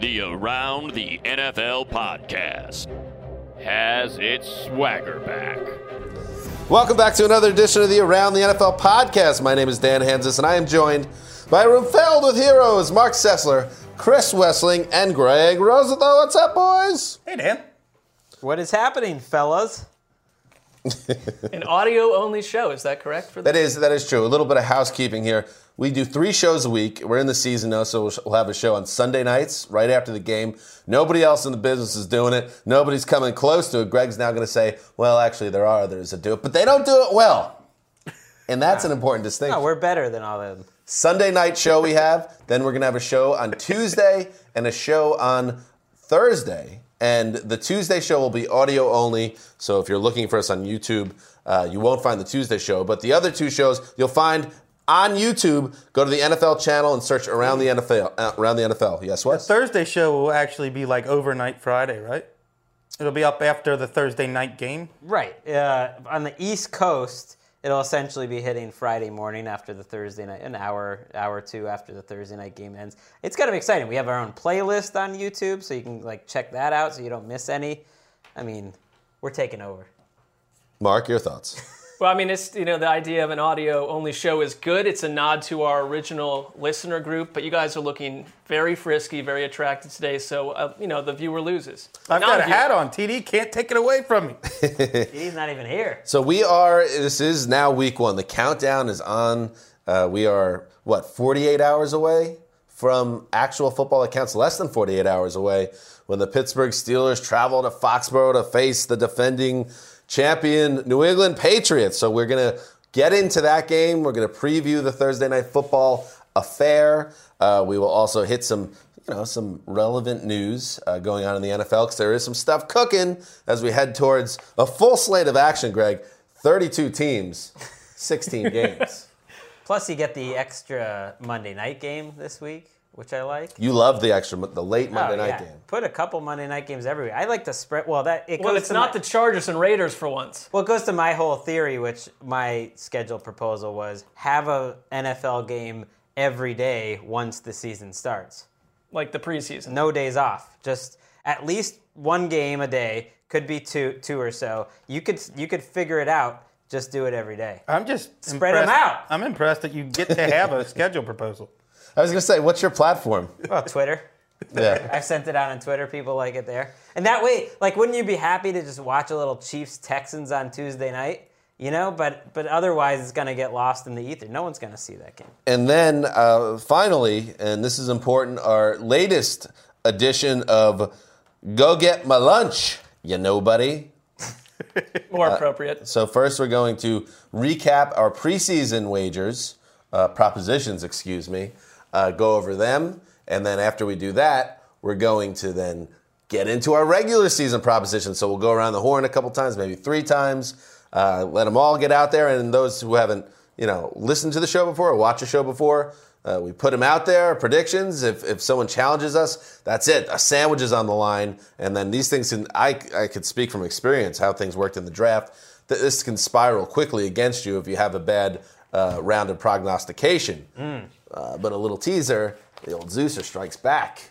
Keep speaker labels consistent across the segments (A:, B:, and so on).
A: The Around the NFL podcast has its swagger back.
B: Welcome back to another edition of the Around the NFL podcast. My name is Dan Hansis, and I am joined by a room filled with heroes Mark Sessler, Chris Wessling, and Greg Rosenthal. What's up, boys?
C: Hey, Dan.
D: What is happening, fellas?
E: An audio only show, is that correct for
B: That
E: the
B: is that is true. A little bit of housekeeping here. We do three shows a week. We're in the season now, so we'll- we'll have a show on Sunday nights right after the game. Nobody else in the business is doing it. Nobody's coming close to it. Greg's now going to say, "Well, actually, there are others that do it, but they don't do it well." And that's an important distinction.
D: No, we're better than all of them.
B: Sunday night show we have. Then we're gonna have a show on Tuesday and a show on Thursday. And the Tuesday show will be audio only. So if you're looking for us on YouTube, uh, you won't find the Tuesday show. But the other two shows you'll find on YouTube. Go to the NFL channel and search around the NFL. Uh, around the NFL. Yes, what?
C: Thursday show will actually be like overnight Friday, right? It'll be up after the Thursday night game.
D: Right. Uh, on the East Coast, it'll essentially be hitting Friday morning after the Thursday night, an hour, hour or two after the Thursday night game ends. It's gonna be exciting. We have our own playlist on YouTube, so you can like check that out, so you don't miss any. I mean, we're taking over.
B: Mark, your thoughts.
E: Well, I mean, it's you know the idea of an audio only show is good. It's a nod to our original listener group, but you guys are looking very frisky, very attractive today. So uh, you know the viewer loses.
C: I've got a
E: Non-viewer.
C: hat on. TD can't take it away from me.
D: He's not even here.
B: So we are. This is now week one. The countdown is on. Uh, we are what 48 hours away from actual football that counts. Less than 48 hours away when the Pittsburgh Steelers travel to Foxborough to face the defending champion New England Patriots. So we're gonna get into that game. We're gonna preview the Thursday night football affair. Uh, we will also hit some you know, some relevant news uh, going on in the NFL because there is some stuff cooking as we head towards a full slate of action, Greg. 32 teams, 16 games.
D: Plus, you get the extra Monday night game this week, which I like.
B: You love the extra, the late Monday
D: Oh,
B: night
D: yeah.
B: game.
D: Put a couple Monday night games every week. I like to spread. Well, that it
E: Well,
D: goes
E: it's
D: to
E: not
D: my-
E: the Chargers and Raiders for once.
D: Well, it goes to my whole theory, which my schedule proposal was have a NFL game every day once the season starts.
E: Like the preseason.
D: No days off. Just at least one game a day. Could be two, two or so. You could you could figure it out. Just do it every day.
C: I'm just
D: Spread 'em
C: impressed-
D: out.
C: I'm impressed that you get to have a schedule proposal.
B: I was going to say, what's your platform?
D: Twitter.
B: Yeah.
D: I've sent it out on Twitter. People like it there. And that way, like, wouldn't you be happy to just watch a little Chiefs Texans on Tuesday night? You know, but but otherwise, it's gonna get lost in the ether. No one's gonna see that game.
B: And then uh, finally, and this is important, our latest edition of Go Get My Lunch, you know, buddy.
C: uh,
E: More appropriate.
B: So first, we're going to recap our preseason wagers, uh, propositions, excuse me. Uh, go over them, and then after we do that, we're going to then get into our regular season propositions. So we'll go around the horn a couple times, maybe three times. Uh, let them all get out there, and those who haven't, you know, listened to the show before or watched the show before. Uh, we put them out there, predictions. If, if someone challenges us, that's it. A sandwich is on the line. And then these things can, I, I could speak from experience how things worked in the draft th- this can spiral quickly against you if you have a bad uh, round of prognostication. Uh, but a little teaser: the old Zeuser strikes back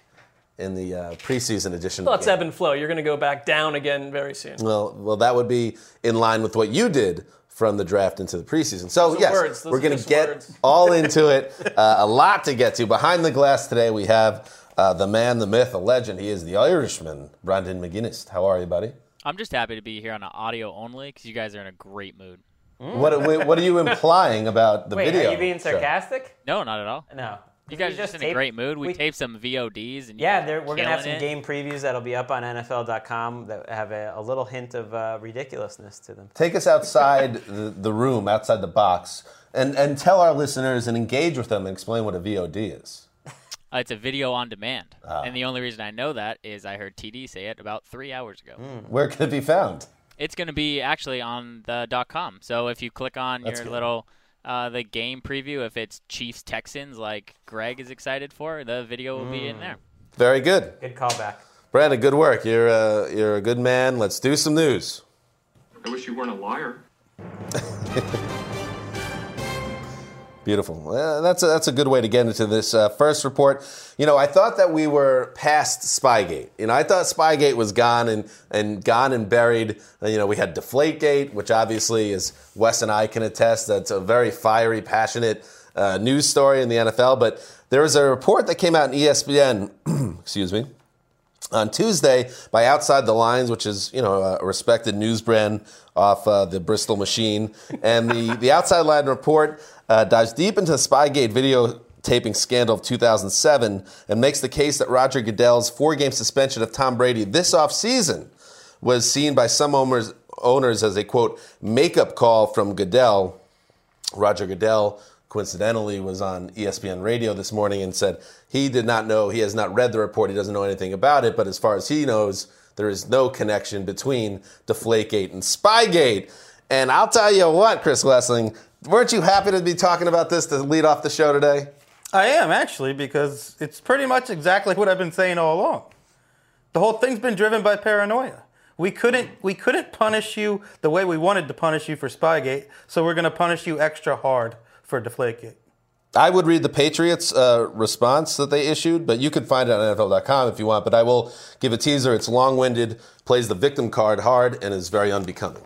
B: in the uh, preseason edition. of
E: Let's
B: the
E: ebb and flow. You're going to go back down again very soon.
B: well, well, that would be in line with what you did from the draft into the preseason. So
E: are
B: yes,
E: words. Those
B: we're
E: are
B: going to
E: just
B: get
E: words.
B: all into it. Uh, a lot to get to. Behind the glass today, we have uh, the man, the myth, a legend. He is the Irishman, Brandon McGuinness. How are you, buddy?
F: I'm just happy to be here on an audio only because you guys are in a great mood.
B: What, what are you implying about the
D: Hmm. Wait,
B: video?
D: are you being
B: show?
D: sarcastic?
F: No, not at all.
D: No.
F: You guys are just in a great mood. We,
D: we-
F: taped some VODs and you
D: Yeah,
F: guys
D: there,
F: are
D: we're gonna have some
F: killing
D: game
F: it.
D: previews that'll be up on NFL.com that have a, a little hint of uh, ridiculousness to them.
B: take us outside the, the room, outside the box, and, and tell our listeners and engage with them and explain what a VOD is.
F: Uh, it's a video on demand,
D: Ah.
F: and the only reason I know that is I heard TD say it about three hours ago.
D: Hmm.
B: Where can it be found?
F: It's going to be actually on the .com. So if you click on
B: That's
F: your
B: good.
F: little uh, the game preview, if it's Chiefs Texans, like Greg is excited for, the video will be
D: Hmm.
F: in there.
B: Very good.
D: Good callback.
B: Brandon, good work. You're a, you're a good man. Let's do some news.
G: I wish you weren't a liar.
B: Beautiful. Well, that's a, that's a good way to get into this uh, first report. You know, I thought that we were past Spygate. You know, I thought Spygate was gone and and gone and buried. Uh, You know, we had Deflategate, which obviously is Wes and I can attest. That's a very fiery, passionate uh, news story in the NFL. But there was a report that came out in E ESPN. excuse me. on Tuesday by Outside the Lines, which is you know a respected news brand off uh, the Bristol Machine, and the the Outside Line report uh, dives deep into the Spygate video. Taping scandal of 2007 and makes the case that Roger Goodell's four game suspension of Tom Brady this offseason was seen by some owners, owners as a quote makeup call from Goodell Roger Goodell coincidentally was on E ESPN radio this morning and said he did not know, he has not read the report, he doesn't know anything about it, but as far as he knows, there is no connection between Deflategate and Spygate. And I'll tell you what, Chris Lessing, weren't you happy to be talking about this to lead off the show today?
C: I am actually because it's pretty much exactly what I've been saying all along. The whole thing's been driven by paranoia. We couldn't we couldn't punish you the way we wanted to punish you for Spygate, so we're going to punish you extra hard for Deflategate.
B: I would read the Patriots' uh, response that they issued, but you can find it on NFL.com if you want. But I will give a teaser. It's long winded, plays the victim card hard, and is very unbecoming.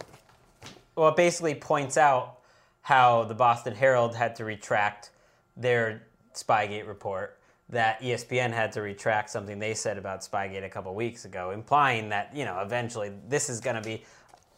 D: Well, it basically points out how the Boston Herald had to retract their Spygate report, that E ESPN had to retract something they said about Spygate a couple weeks ago, implying that, you know, eventually this is going to be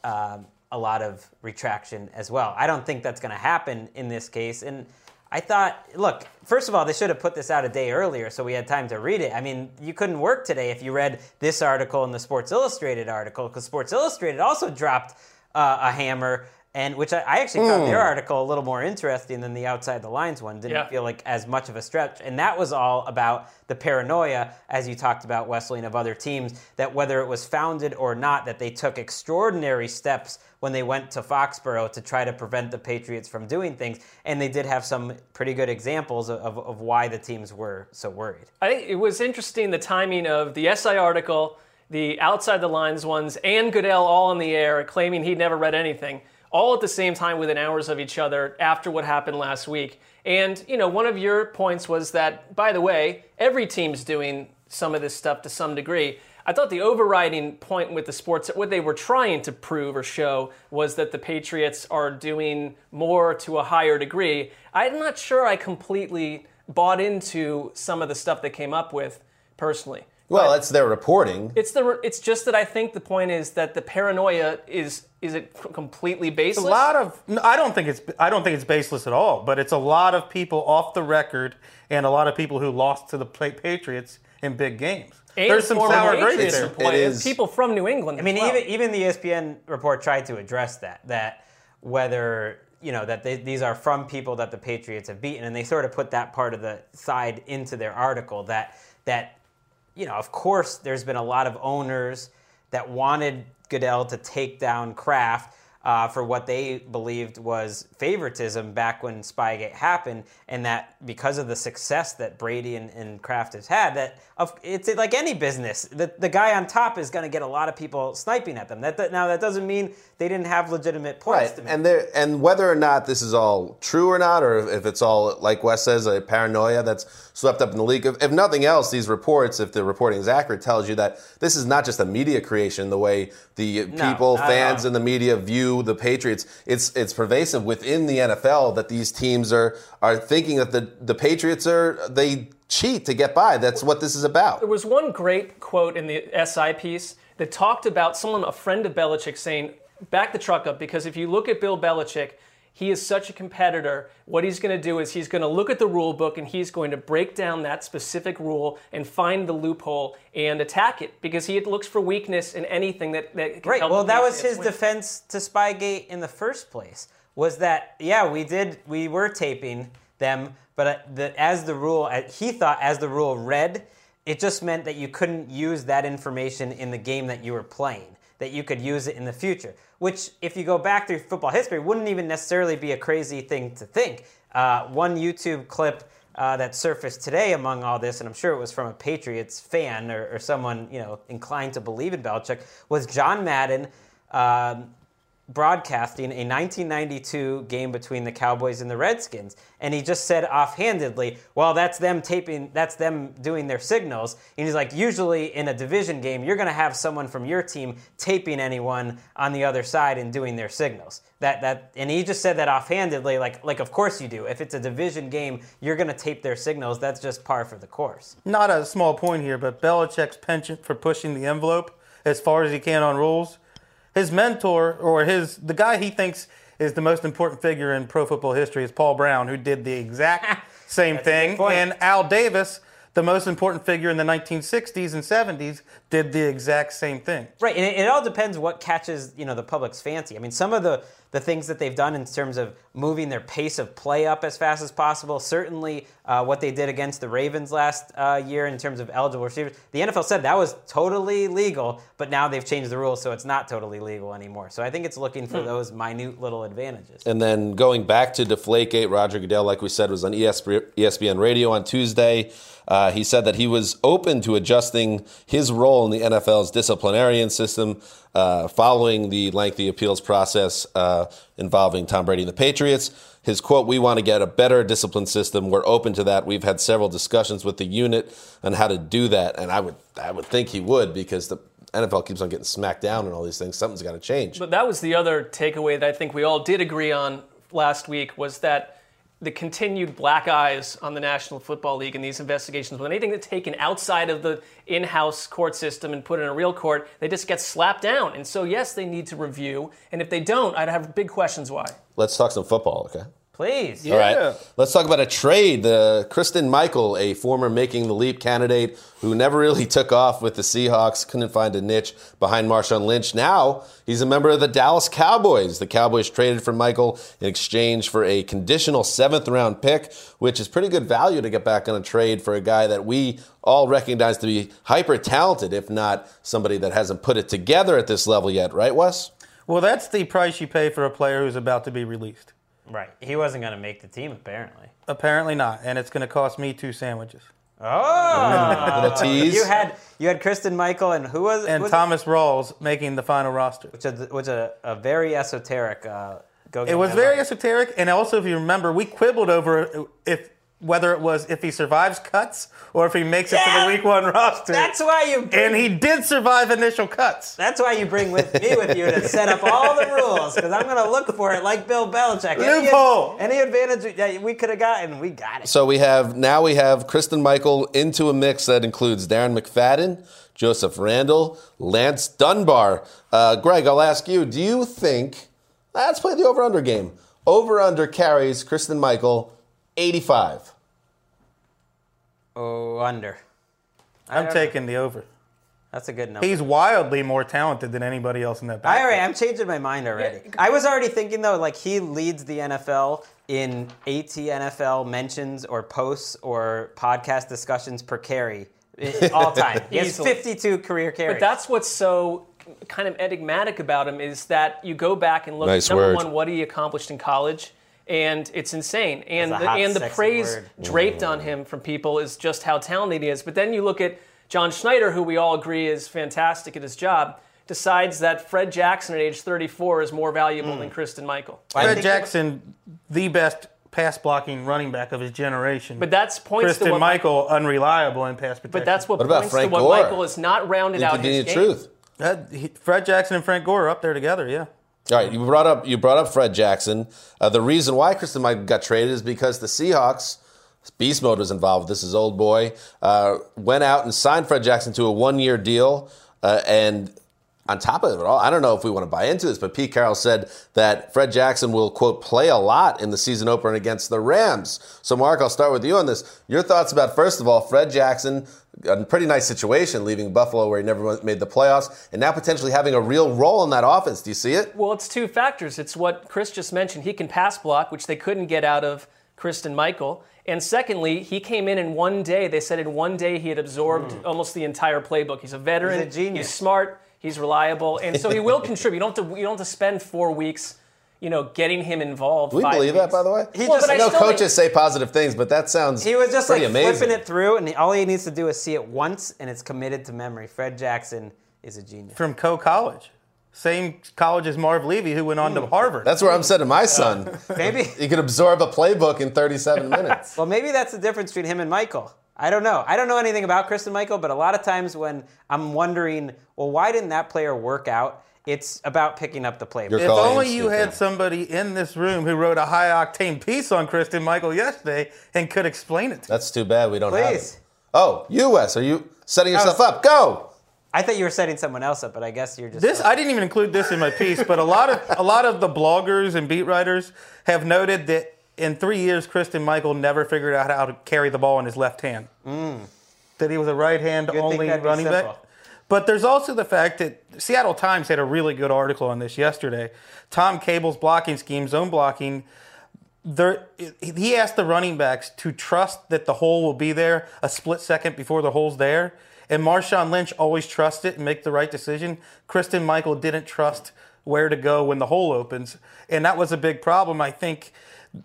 D: um, a lot of retraction as well. I don't think that's going to happen in this case. And I thought, look, first of all, they should have put this out a day earlier so we had time to read it. I mean, you couldn't work today if you read this article and the Sports Illustrated article, because Sports Illustrated also dropped uh, a hammer. And which I, I actually found their article a little more interesting than the outside the lines one. Didn't
E: Yeah.
D: feel like as much of a stretch. And that was all about the paranoia, as you talked about, Wesley, and of other teams, that whether it was founded or not, that they took extraordinary steps when they went to Foxborough to try to prevent the Patriots from doing things. And they did have some pretty good examples of, of, of why the teams were so worried.
E: I think it was interesting the timing of the SI article, the outside the lines ones, and Goodell all on the air claiming he'd never read anything, all at the same time within hours of each other after what happened last week. And, you know, one of your points was that, by the way, every team's doing some of this stuff to some degree. I thought the overriding point with the sports, what they were trying to prove or show, was that the Patriots are doing more to a higher degree. I'm not sure I completely bought into some of the stuff they came up with personally.
B: Well, that's their reporting.
E: It's the it's just that I think the point is that the paranoia is is it completely baseless?
C: a lot of no, I don't think it's I don't think it's baseless at all, but it's a lot of people off the record and a lot of people who lost to the Pa- Patriots in big games.
E: And
C: There's some
E: former
C: sour grapes
E: Patriots
C: there.
E: employees,
B: It is-
E: people from New England.
D: I mean, even even the E ESPN report tried to address that that whether you know that they, these are from people that the Patriots have beaten, and they sort of put that part of the side into their article that that you know, of course, there's been a lot of owners that wanted Goodell to take down Kraft. Uh, for what they believed was favoritism back when Spygate happened, and that because of the success that Brady and, and Kraft has had, that of, it's like any business, the, the guy on top is going to get a lot of people sniping at them. That, that now that doesn't mean they didn't have legitimate points
B: Right,
D: to make.
B: and there, and whether or not this is all true or not, or if it's all like Wes says, a paranoia that's swept up in the league. If, if nothing else, these reports, if the reporting is accurate, tells you that this is not just a media creation. The way the people,
D: not at
B: fans,
D: all.
B: and the media view the Patriots, it's it's pervasive within the NFL that these teams are are thinking that the the Patriots are they cheat to get by. That's what this is about.
E: There was one great quote in the SI piece that talked about someone, a friend of Belichick, saying, back the truck up because if you look at Bill Belichick, he is such a competitor. What he's going to do is he's going to look at the rule book and he's going to break down that specific rule and find the loophole and attack it because he looks for weakness in anything that, that can
D: Right.
E: help
D: Well,
E: the
D: that was
E: Patriots win.
D: his defense to Spygate in the first place. Was that yeah, we did we were taping them. But uh, the, as the rule, uh, he thought as the rule read, it just meant that you couldn't use that information in the game that you were playing. That you could use it in the future, which, if you go back through football history, wouldn't even necessarily be a crazy thing to think. Uh, one YouTube clip uh, that surfaced today among all this, and I'm sure it was from a Patriots fan or, or someone you know inclined to believe in Belichick, was John Madden um, broadcasting a 1992 game between the Cowboys and the Redskins, and he just said offhandedly, "Well, that's them taping, that's them doing their signals." And he's like, "Usually in a division game, you're going to have someone from your team taping anyone on the other side and doing their signals." That that, and he just said that offhandedly, like like of course you do. If it's a division game, you're going to tape their signals. That's just par for the course.
C: Not a small point here, but Belichick's penchant for pushing the envelope as far as he can on rules. His mentor, or his the guy he thinks is the most important figure in pro football history, is Paul Brown, who did the exact same thing,
D: point.
C: and Al Davis. The most important figure in the 1960s and 70s did the exact same thing.
D: Right, and it, it all depends what catches you know the public's fancy. I mean, some of the the things that they've done in terms of moving their pace of play up as fast as possible. Certainly, uh, what they did against the Ravens last uh, year in terms of eligible receivers, the NFL said that was totally legal, but now they've changed the rules, so it's not totally legal anymore. So I think it's looking
C: Hmm.
D: for those minute little advantages.
B: And then going back to Deflategate, Roger Goodell, like we said, was on E ESP ESPN Radio on Tuesday. Uh, he said that he was open to adjusting his role in the NFL's disciplinarian system uh, following the lengthy appeals process uh, involving Tom Brady and the Patriots. His quote, We want to get a better discipline system. We're open to that. We've had several discussions with the unit on how to do that. And I would, I would think he would because the NFL keeps on getting smacked down and all these things. Something's got to change.
E: But that was the other takeaway that I think we all did agree on last week was that the continued black eyes on the National Football League in these investigations, when anything that's taken outside of the in-house court system and put in a real court, they just get slapped down. And so, yes, they need to review. And if they don't, I'd have big questions why.
B: Let's talk some football, okay?
D: Please,
B: All right. Let's talk about a trade. The Kristen Michael, a former making the leap candidate who never really took off with the Seahawks, couldn't find a niche behind Marshawn Lynch. Now he's a member of the Dallas Cowboys. The Cowboys traded for Michael in exchange for a conditional seventh round pick, which is pretty good value to get back on a trade for a guy that we all recognize to be hyper talented, if not somebody that hasn't put it together at this level yet, right, Wes?
C: Well, that's the price you pay for a player who's about to be released.
D: right. He wasn't going to make the team apparently.
C: Apparently not, and it's going to cost me two sandwiches.
D: Oh,
B: Little tease.
D: you had you had Kristen Michael and who was
C: Mm. And
D: was it?
C: Thomas Rawls making the final roster.
D: which is, which is a, a very esoteric uh, go.
C: It was very esoteric, and also, if you remember, we quibbled over if whether it was if he survives cuts or if he makes it to
D: Yeah.
C: the week one roster.
D: That's why you.
C: and he did survive initial cuts.
D: that's why you bring with me with you to set up all the rules because I'm going to look for it like Bill Belichick. Any-
C: Loophole.
D: Any, advantage that we could have gotten, we got it.
B: So we have now we have Kristen Michael into a mix that includes Darren McFadden, Joseph Randall, Lance Dunbar. Uh, Greg, I'll ask you: Do you think? Let's play the over/under game. Over/under carries Kristen Michael, eighty-five.
D: oh, under.
C: I'm taking the over.
D: That's a good number.
C: He's wildly more talented than anybody else in
D: I
C: that back.
D: already, I'm changing my mind already. I was already thinking though, like he leads the NFL in AT NFL mentions or posts or podcast discussions per carry i- all time. He has
E: Easily.
D: 52 career carries.
E: But that's what's so kind of enigmatic about him is that you go back and look
B: Nice
E: at number
B: word.
E: one what he accomplished in college and it's insane and
D: That's a
E: the,
D: hot,
E: and the
D: sexy
E: praise
D: word.
E: draped on
B: Mm-hmm.
E: him from people is just how talented he is but then you look at John Schneider who we all agree is fantastic at his job decides that Fred Jackson at age 34 is more
B: Hmm.
E: valuable than Kristen Michael
C: Fred Jackson, the best pass blocking running back of his generation.
E: but that's points to
C: Kristen
E: what
C: Michael unreliable in pass protection.
E: but that's what,
B: What about
E: points
B: Frank
E: to what
B: Gore?
E: Michael is not rounded out his
B: Inconvenient
E: game.
B: truth.
C: That- he- Fred Jackson and Frank Gore are up there together. Yeah.
B: All right, you brought up you brought up Fred Jackson. Uh, the reason why Kristen Mike got traded is because the Seahawks, Beast Mode was involved. This is old boy. Uh, went out and signed Fred Jackson to a one year deal, uh, and on top of it all, I don't know if we want to buy into this, but Pete Carroll said that Fred Jackson will quote play a lot in the season opener against the Rams. So Mark, I'll start with you on this. Your thoughts about first of all Fred Jackson. A pretty nice situation leaving Buffalo where he never made the playoffs and now potentially having a real role in that offense. Do you see it?
E: Well, it's two factors. It's what Chris just mentioned. He can pass block, which they couldn't get out of Kristen Michael. And secondly, he came in in one day. They said in one day he had absorbed
B: Hmm.
E: almost the entire playbook. He's a veteran.
D: He's a genius.
E: He's smart. He's reliable, and so he will contribute. You don't have to. You don't have to spend four weeks, you know, getting him involved.
B: Do we
E: five
B: believe that,
E: weeks.
B: by the way?
D: He
E: Well,
D: just
E: but
B: I
E: I
B: know
E: still
B: coaches
E: think-
B: say positive things, but that sounds
D: He was just like
B: pretty amazing.
D: flipping it through, and all he needs to do is see it once, and it's committed to memory. Fred Jackson is a genius.
C: from Co College, same college as Marv Levy, who went on to Harvard.
B: That's where I'm sending my son.
D: Maybe,
B: he could absorb a playbook in 37 minutes.
D: well, maybe that's the difference between him and Michael. I don't know. I don't know anything about Kristen Michael, but a lot of times when I'm wondering, well, why didn't that player work out? It's about picking up the playbook.
B: You're
C: if
B: calling
C: only you
B: stupid.
C: had somebody in this room who wrote a high octane piece on Kristen Michael yesterday and could explain it to
B: That's too bad we don't have
D: Please.
B: it. Oh, you, Wes, are you setting yourself
D: Oh.
B: up? Go!
D: I thought you were setting someone else up, but I guess you're just.
C: This I didn't even include this in my piece, but a lot of a lot of the bloggers and beat writers have noted that in three years, Kristen Michael never figured out how to carry the ball in his left hand. That he was a right hand
D: You'd think
C: only
D: that'd be
C: running back.
D: simple.
C: But there's also the fact that Seattle Times had a really good article on this yesterday. Tom Cable's blocking scheme, zone blocking. There, he asked the running backs to trust that the hole will be there a split second before the hole's there. And Marshawn Lynch always trusts it and make the right decision. Kristen Michael didn't trust where to go when the hole opens. And that was a big problem. I think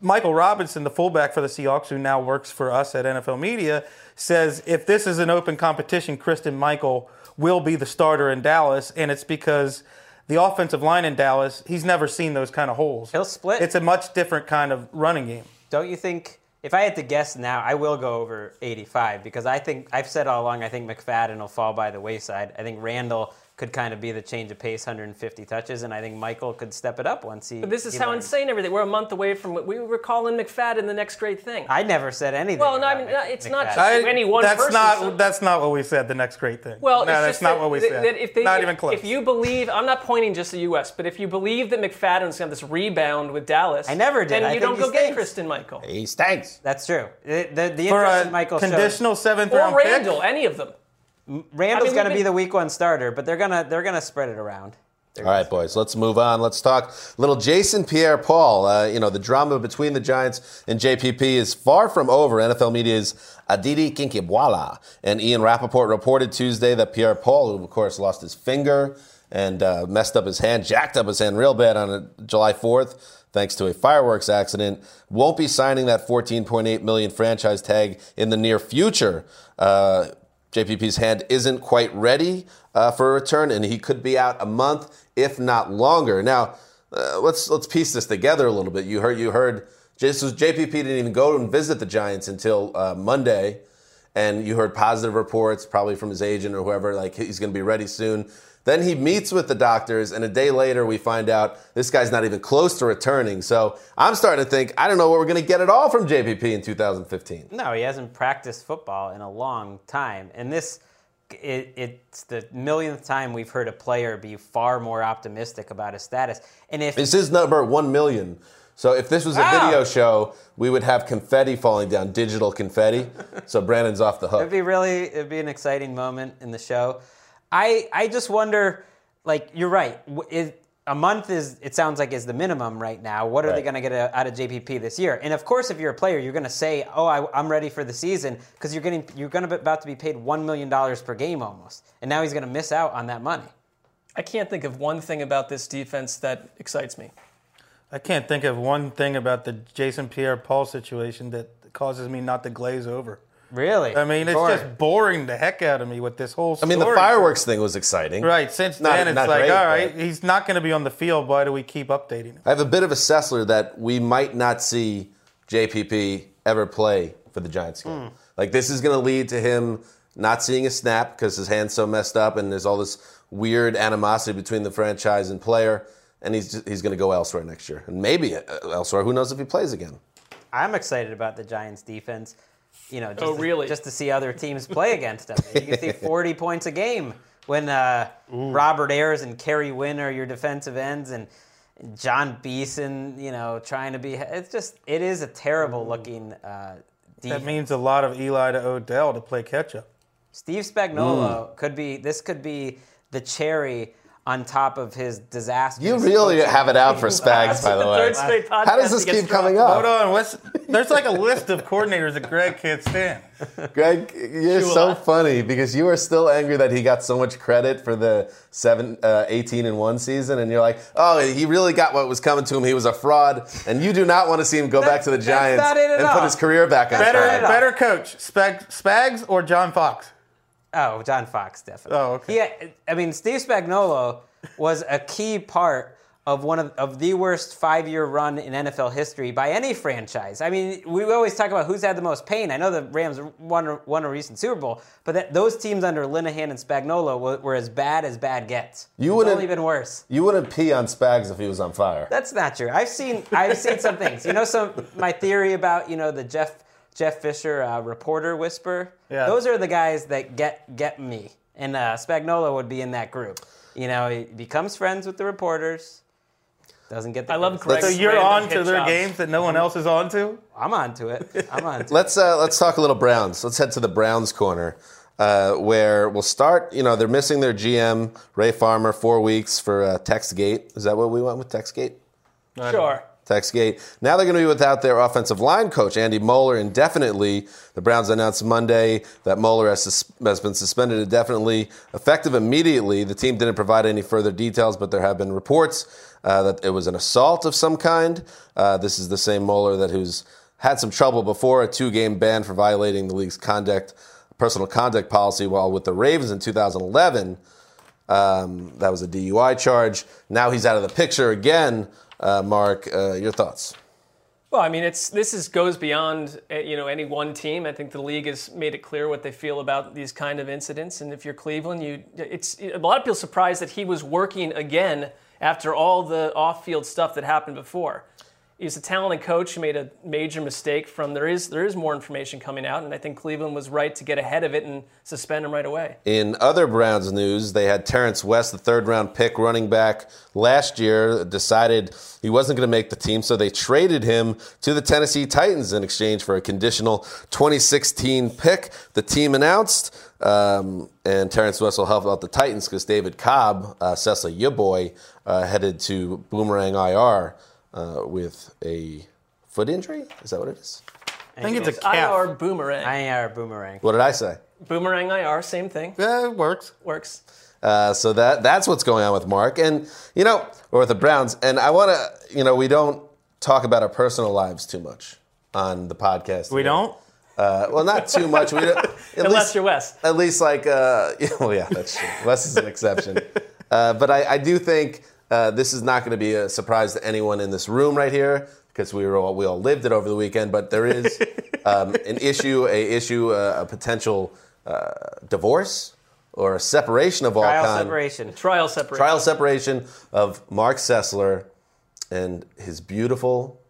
C: Michael Robinson, the fullback for the Seahawks, who now works for us at NFL Media, says if this is an open competition, Kristen Michael will be the starter in Dallas. And it's because the offensive line in Dallas, he's never seen those kind of holes.
D: He'll split.
C: It's a much different kind of running game.
D: Don't you think? If I had to guess now, I will go over 85 because I think I've said all along. I think McFadden will fall by the wayside. I think Randall could kind of be the change of pace, 150 touches, and I think Michael could step it up once he.
E: But this is
D: he
E: how
D: learns.
E: insane everything. We're a month away from. We were calling McFadden the next great thing.
D: I never said anything.
E: Well, no, I
D: about
E: mean, no,
D: Mc-
E: it's not
D: McFadden.
E: just- Any one
C: that's
E: person,
C: not
E: so-
C: that's not what we said. The next great thing.
E: Well,
C: no,
E: it's
C: that's
E: just
C: not
E: that-
C: what we
E: that-
C: said.
E: that if they-
C: not even close.
E: If you believe, I'm not pointing just the U.S., but if you believe that McFadden's going to have this rebound with Dallas,
D: I never did.
E: Then
D: I
E: you
D: think
E: don't
D: he
E: go get
D: stinks.
E: Kristen Michael
B: He stinks.
D: That's true. The, the, the
C: for
D: interest
C: a
D: in Michael showed.
C: conditional seventh
E: or
C: round
E: Randall,
C: pick,
E: any of them.
D: Randall's
E: I mean,
D: going to
E: we've
D: be
E: been-
D: the week one starter, but they're gonna they're gonna spread it around.
B: All right, boys, let's move on. Let's talk little Jason Pierre Paul. Uh, you know, the drama between the Giants and JPP is far from over. NFL Media's Aditi Kinkibwala and Ian Rappaport reported Tuesday that Pierre Paul, who, of course, lost his finger and uh, messed up his hand, jacked up his hand real bad on uh, July 4th, thanks to a fireworks accident, won't be signing that 14.8 million franchise tag in the near future. Uh, JPP's hand isn't quite ready uh, for a return, and he could be out a month, if not longer. Now, uh, let's let's piece this together a little bit. You heard you heard this was JPP didn't even go and visit the Giants until uh, Monday, and you heard positive reports probably from his agent or whoever, like he's going to be ready soon. Then he meets with the doctors, and a day later we find out this guy's not even close to returning. So I'm starting to think I don't know what we're going to get at all from JPP in 2015.
D: No, he hasn't practiced football in a long time, and this it, it's the millionth time we've heard a player be far more optimistic about his status. And if
B: This is number one million. So if this was a
D: Wow.
B: video show, we would have confetti falling down, digital confetti. so Brandon's off the
D: It'd
B: hook.
D: be really, it'd be an exciting moment in the show. I, I just wonder, like, you're right. W- It, a month is, it sounds like, is the minimum right now. What are they
B: Right.
D: going to get out of JPP this year? And of course, if you're a player, you're going to say, "Oh, I, I'm ready for the season," because you're getting, you're going to about to be paid one million dollars per game almost, and now he's going to miss out on that money.
E: I can't think of one thing about this defense that excites me.
C: I can't think of one thing about the Jason Pierre-Paul situation that causes me not to glaze over.
D: Really?
C: I mean, it's
D: Boring.
C: just boring the heck out of me with this whole.
B: I
C: Story.
B: mean, the fireworks thing was exciting.
C: Right. Since
B: Not-
C: then, it's
B: not
C: like,
B: great,
C: all right,
B: but-
C: he's not going to be on the field. Why do we keep updating him?
B: I have a bit of a sessler that we might not see JPP ever play for the Giants game.
D: Hmm.
B: Like this is going to lead to him not seeing a snap because his hand's so messed up, and there's all this weird animosity between the franchise and player. And he's just, he's going to go elsewhere next year, and maybe uh, elsewhere. Who knows if he plays again?
D: I'm excited about the Giants' defense. You know, just
E: Oh,
D: to,
E: really?
D: just to see other teams play against them. You can see 40 points a game when uh, Robert Ayers and Kerry Wynn are your defensive ends, and John Beason, you know, trying to be. It's just it is a terrible looking uh, defense.
C: That means a lot of Eli to Odell to play catch up.
D: Steve Spagnuolo could be. This could be the cherry on top of his disaster.
B: You really have it out for Spags, by the way.
E: Third straight podcast
B: How does this
E: that gets
B: keep coming
C: Hold
B: up?
C: on, what's, there's like a list of coordinators that Greg can't stand.
B: Greg, you're so funny because you are still angry that he got so much credit for the seven, uh, 18 and 1 season, and you're like, oh, he really got what was coming to him. He was a fraud, and you do not want to see him go back to the
D: that's
B: Giants
D: not it at
B: and
D: all.
B: put his career back on
C: Better,
D: right.
B: track.
C: better coach, Spag, Spags or John Fox?
D: Oh, John Fox, definitely.
C: Oh, okay.
D: He, I mean, Steve Spagnolo was a key part of one of, of the worst five-year run in NFL history by any franchise. I mean, we always talk about who's had the most pain. I know the Rams won, won a recent Super Bowl, but that, those teams under Linehan and Spagnolo were, were as bad as bad gets.
B: You
D: it's
B: wouldn't-
D: only been worse.
B: You wouldn't pee on Spags if he was on fire.
D: That's not true. I've seen I've seen some things. You know, some my theory about you know the Jeff Jeff Fisher uh, reporter whisper.
C: Yeah.
D: Those are the guys that get get me, and uh, Spagnola would be in that group. You know, he becomes friends with the reporters. Doesn't get. The
E: I love Greg.
D: criticism.
C: So you're on to their
E: game.
C: games that no one else is on to?
D: I'm on to it. I'm on to it.
B: Let's uh, let's talk a little Browns. Let's head to the Browns corner, uh, where we'll start. You know, they're missing their GM Ray Farmer four weeks for uh, Textgate. Is that what we went with Textgate?
E: Sure.
B: Textgate. Now they're going to be without their offensive line coach, Andy Moeller, indefinitely. The Browns announced Monday that Moeller has, sus- has been suspended indefinitely, effective immediately. The team didn't provide any further details, but there have been reports uh, that it was an assault of some kind. Uh, this is the same Moeller that who's had some trouble before, a two-game ban for violating the league's conduct, personal conduct policy while with the Ravens in 2011. Um, that was a DUI charge. Now he's out of the picture again. Uh, Mark, uh, your thoughts?
E: Well, I mean, it's this is goes beyond eh, you know any one team. I think the league has made it clear what they feel about these kind of incidents. And if you're Cleveland, you it's a lot of people surprised that he was working again after all the off-field stuff that happened before. He's a talented coach who made a major mistake. From there is there is more information coming out, and I think Cleveland was right to get ahead of it and suspend him right away.
B: In other Browns news, they had Terrence West, the third round pick running back last year, decided he wasn't going to make the team, so they traded him to the Tennessee Titans in exchange for a conditional 2016 pick. The team announced, um, and Terrence West will help out the Titans because David Cobb, uh, Cecil, your boy, uh, headed to Boomerang IR uh, with a foot injury. Is that what it is?
C: I think it's a
E: IR
C: calf.
E: boomerang,
D: I am a boomerang.
B: What did I say?
E: boomerang IR, same thing
C: Yeah, it works.
E: works.
B: Uh, so that that's what's going on with Mark, and you know, or with the Browns. And I want to, you know, we don't talk about our personal lives too much on the podcast.
C: We
B: today.
C: don't?
B: Uh, well, not too much. We don't, at
E: Unless
B: least,
E: you're West.
B: At least, like, uh, well, yeah, that's true. Wes is an exception, uh, but I, I do think uh, this is not going to be a surprise to anyone in this room right here because we were all, we all lived it over the weekend. But there is um, an issue, a issue, uh, a potential uh, divorce or a separation of all
D: Trial
B: kind
D: separation.
E: Trial separate.
B: trial separation of Mark Sessler and his beautiful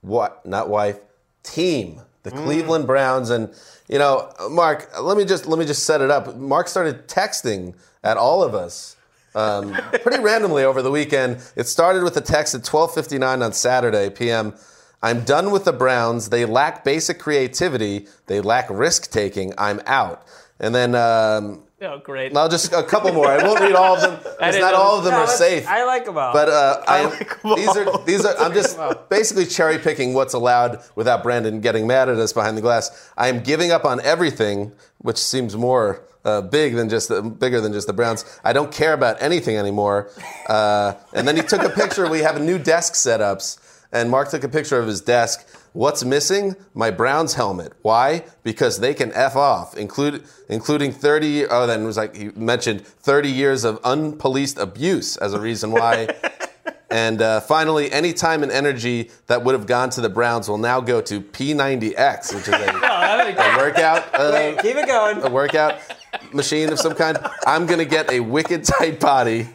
B: what not wife team, the Cleveland Browns. And you know, Mark, let me just let me just set it up. Mark started texting at all of us. Um, pretty randomly over the weekend. It started with a text at 12:59 on Saturday p.m. I'm done with the Browns. They lack basic creativity. They lack risk taking. I'm out. And then um,
E: Oh, great.
B: I'll just a couple more. I won't read all of them. 'cause
E: didn't
B: Not
E: know-
B: all of them
D: No,
B: are
D: that's-
B: safe.
D: I like them all.
B: But uh, I, these are these are. I'm just basically cherry picking what's allowed without Brandon getting mad at us behind the glass. I am giving up on everything, which seems more uh, big than just the, bigger than just the Browns. I don't care about anything anymore. Uh, and then he took a picture. We have new desk setups, and Mark took a picture of his desk. What's missing? My Browns helmet. Why? Because they can f off, include, including 30. Oh, then it was like he mentioned 30 years of unpoliced abuse as a reason why and uh, finally, any time and energy that would have gone to the Browns will now go to P90X, which is a, a workout uh,
D: Keep it going.
B: a workout machine of some kind. I'm gonna get a wicked tight body.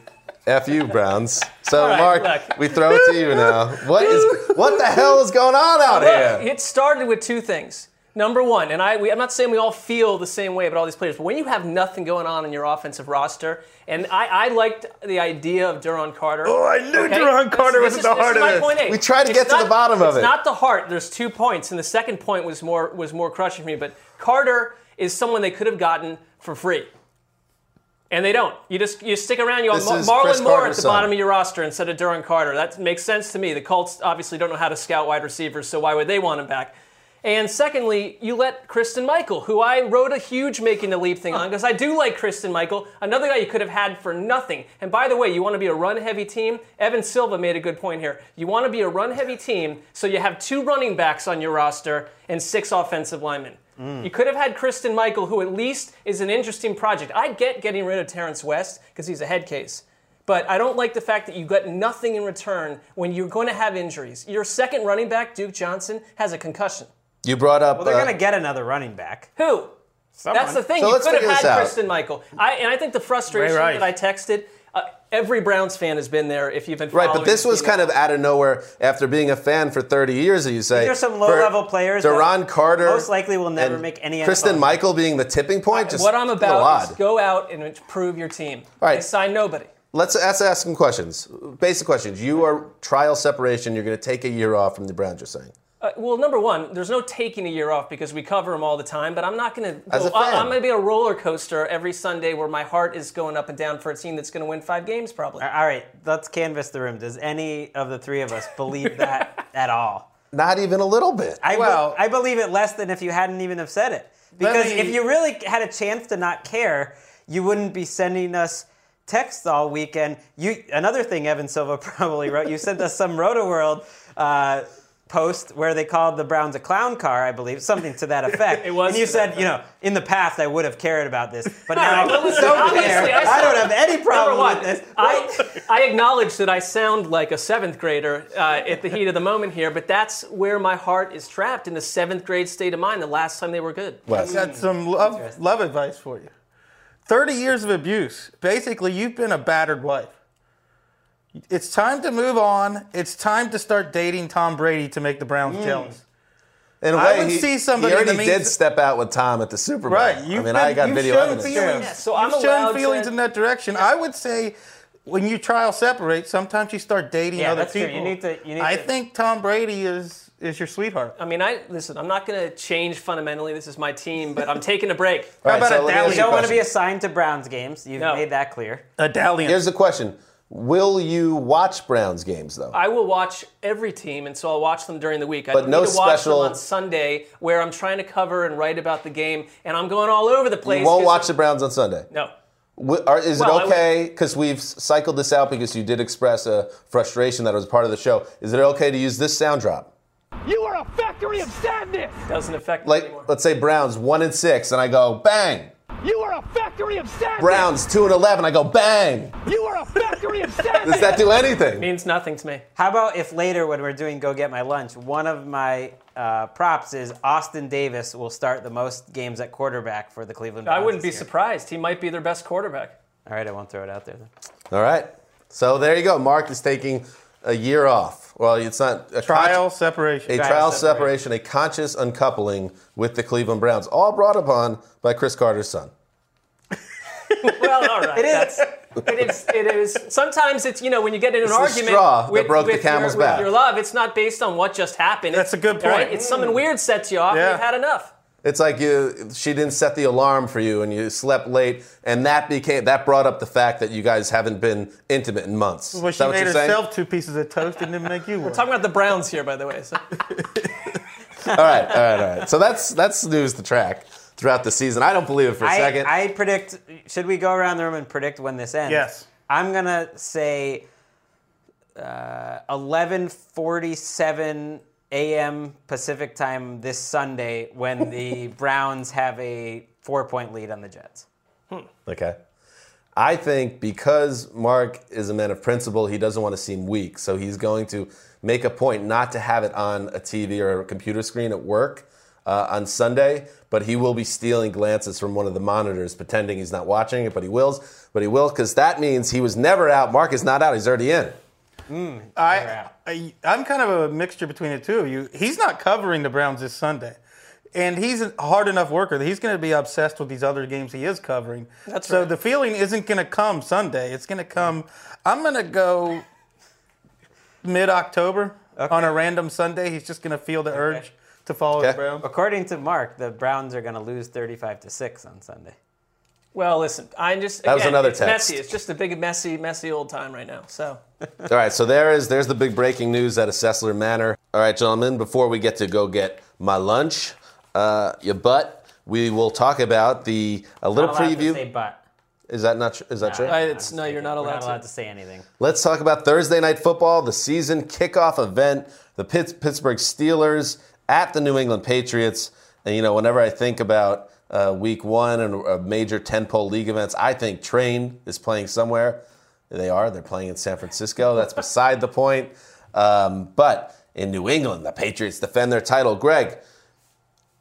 B: F you, Browns. So,
E: right,
B: Mark,
E: look.
B: we throw it to you now. What is what the hell is going on out
E: Look,
B: here?
E: It started with two things. Number one, and I, we, I'm not saying we all feel the same way about all these players, but when you have nothing going on in your offensive roster, and I, I liked the idea of Duron Carter.
C: Oh, I knew
E: Okay?
C: Duron
E: This-
C: Carter
E: this
C: was
E: is-
C: the
E: this
C: heart
E: is
C: of
E: my
C: this.
E: point eight.
B: We tried to
E: It's
B: get to
E: not-
B: the bottom of
E: it's
B: it.
E: not the heart. There's two points, and the second point was more was more crushing for me. But Carter is someone they could have gotten for free. And they don't. You just you stick around. You have
B: This
E: Mar-
B: is
E: Marlon
B: Chris
E: Moore at
B: Carter's
E: the
B: son.
E: bottom of your roster instead of Duran Carter. That makes sense to me. The Colts obviously don't know how to scout wide receivers, so why would they want him back? And secondly, you let Kristen Michael, who I wrote a huge making the leap thing on, because I do like Kristen Michael, another guy you could have had for nothing. And by the way, you want to be a run heavy team? Evan Silva made a good point here. You want to be a run heavy team, so you have two running backs on your roster and six offensive linemen. You could have had Kristen Michael, who at least is an interesting project. I get getting rid of Terrence West because he's a head case. But I don't like the fact that you got nothing in return when you're going to have injuries. Your second running back, Duke Johnson, has a concussion.
B: You brought up.
D: Well, they're
B: uh,
D: going to get another running back.
E: Who? That's the thing.
B: So
E: you
B: let's
E: could have
B: figure this
E: had
B: out.
E: Kristen Michael. I, and I think the frustration
C: Ray Rice.
E: that I texted, uh, every Browns fan has been there if you've been
B: Right,
E: following
B: but this
E: the
B: was
E: team.
B: kind of out of nowhere after being a fan for 30 years, as you say.
D: These are some
B: For
D: low-level players that
B: Deron Carter.
D: most likely will never
B: and
D: make any
B: Kristen
D: NFL.
B: Michael being the tipping point. Just
E: What I'm
B: a little
E: about is
B: odd.
E: go out and improve your team.
B: Right.
E: They sign nobody.
B: Let's, let's ask some questions. Basic questions. You are trial separation. You're going to take a year off from the Browns, you're saying.
E: Uh, well, number one, there's no taking a year off because we cover them all the time. But I'm not going to.
B: As a fan.
E: I'm going to be a roller coaster every Sunday where my heart is going up and down for a team that's going to win five games probably.
D: All right, let's canvass the room. Does any of the three of us believe that at all?
B: Not even a little bit.
D: I, be-
C: Well-
D: I believe it less than if you hadn't even have said it.
C: Let
D: Because
C: me-
D: if you really had a chance to not care, you wouldn't be sending us texts all weekend. You another thing Evan Silva probably wrote. You sent us some Roto World. Uh, Post where they called the Browns a clown car, I believe, something to that effect.
E: It was
D: and you
E: to that
D: said, you know, in the past I would have cared about this, but
E: All
D: now
E: right, well, listen,
D: I don't care.
E: obviously, I
D: I, don't
E: said-
D: have any problem
E: Number one,
D: with this.
E: I, I acknowledge that I sound like a seventh grader uh, at the heat of the moment here, but that's where my heart is trapped in the seventh grade state of mind the last time they were good.
B: Wes.
C: Got some love, love advice for you. 30 years of abuse. Basically, you've been a battered wife. It's time to move on. It's time to start dating Tom Brady to make the Browns
B: Hmm.
C: jealous.
B: In a way,
C: I would
B: he,
C: see somebody
B: he already
C: in the
B: did
C: means-
B: step out with Tom at the Super Bowl.
C: Right.
B: I
C: You've
B: mean,
C: been-
B: I got
C: you've
B: video
C: shown
B: evidence.
C: Feelings.
E: Yeah, so I'm
C: you've
E: allowed
C: shown
E: to-
C: feelings in that direction. I would say when you trial separate, sometimes you start dating
D: Yeah,
C: other
D: that's true. You
C: people.
D: need to- you need
C: I
D: to-
C: think Tom Brady is is your sweetheart.
E: I mean, I listen. I'm not going to change fundamentally. This is my team, but I'm taking a break.
B: All right,
C: How about
B: so let
C: a
B: me ask
C: Dallas-
D: You don't want to
B: question.
D: be assigned to Browns games. You've
E: No.
D: made that clear.
C: A dalliance.
B: Here's the question. Will you watch Browns games, though?
E: I will watch every team, and so I'll watch them during the week. I
B: But
E: don't
B: no
E: need to watch
B: special-
E: them on Sunday, where I'm trying to cover and write about the game, and I'm going all over the place.
B: you won't
E: 'cause-
B: watch the Browns on Sunday.
E: No.
B: Wi- Are, is
E: Well, I
B: it
E: would-
B: okay? Because we've cycled this out because you did express a frustration that it was part of the show. Is it okay to use this sound drop?
H: You are a factory of sadness!
E: Doesn't affect me
B: Like,
E: anymore.
B: let's say Browns one and six, and I go bang.
H: You are a factory of sadness!
B: Browns two and eleven, I go bang.
H: You are a factory of sadness!
B: Does that do anything?
E: means nothing to me.
D: How about if later, when we're doing Go Get My Lunch, one of my uh, props is Austin Davis will start the most games at quarterback for the Cleveland
E: I
D: Browns
E: wouldn't be
D: this year.
E: surprised. He might be their best quarterback.
D: All right, I won't throw it out there then.
B: All right. So there you go. Mark is taking a year off. Well, it's not a
C: trial
B: con-
C: separation.
B: a trial, separation, a conscious uncoupling with the Cleveland Browns, all brought upon by Chris Carter's son.
E: Well, all right.
D: It is-
E: It is. It is. Sometimes it's you know when you get in an
B: the
E: argument
B: straw that
E: with,
B: broke the
E: with your-
B: camel's
E: with
B: back.
E: your love, it's not based on what just happened.
C: That's a good
E: All right?
C: point.
E: It's something weird sets you off.
C: Yeah.
E: and You've had enough.
B: It's like you she didn't set the alarm for you and you slept late and that became that brought up the fact that you guys haven't been intimate in months.
C: Well,
B: Is
C: she
B: that what
C: made
B: you're saying?
C: herself two pieces of toast and didn't make you one.
E: Talking about the Browns here, by the way. So.
B: All right, all right, all right. So that's that's news to track throughout the season. I don't believe it for a
D: I,
B: second.
D: I predict. Should we go around the room and predict when this ends?
C: Yes.
D: I'm gonna say uh, 11:47 a.m. Pacific time this Sunday when the Browns have a four-point lead on the Jets.
B: okay. I think because Mark is a man of principle, he doesn't want to seem weak, so he's going to make a point not to have it on a TV or a computer screen at work uh, on Sunday. But he will be stealing glances from one of the monitors, pretending he's not watching it, but he wills. But he will because that means he was never out. Mark is not out; he's already in.
C: I, I I'm kind of a mixture between the two of you. He's not covering the Browns this Sunday. And he's a hard enough worker that he's going to be obsessed with these other games he is covering. That's so
E: right.
C: the feeling isn't going to come Sunday. It's going to come. I'm going to go mid October on a random Sunday. He's just going to feel the urge to follow
B: Okay.
C: the Browns.
D: According to Mark, the Browns are going to lose 35 to 6 on Sunday.
E: Well, listen, I'm just
B: That was
E: again,
B: another
E: it's
B: text.
E: messy. It's just a big messy, messy old time right now. So
B: All right, so there is there's the big breaking news out of Sessler Manor. All right, gentlemen, before we get to go get my lunch, uh, your butt, we will talk about the a little
D: Not allowed to
B: preview.
D: say but.
B: is that not tr- is that true?
E: I, it's no, you're not
D: We're
E: allowed,
D: not allowed
E: to.
D: to say anything.
B: Let's talk about Thursday night football, the season kickoff event, the Pitts- Pittsburgh Steelers at the New England Patriots. And you know, whenever I think about uh, Week One and uh, major ten-pole league events, I think Train is playing somewhere. They are. They're playing in San Francisco. That's beside the point. Um, but in New England, the Patriots defend their title. Greg,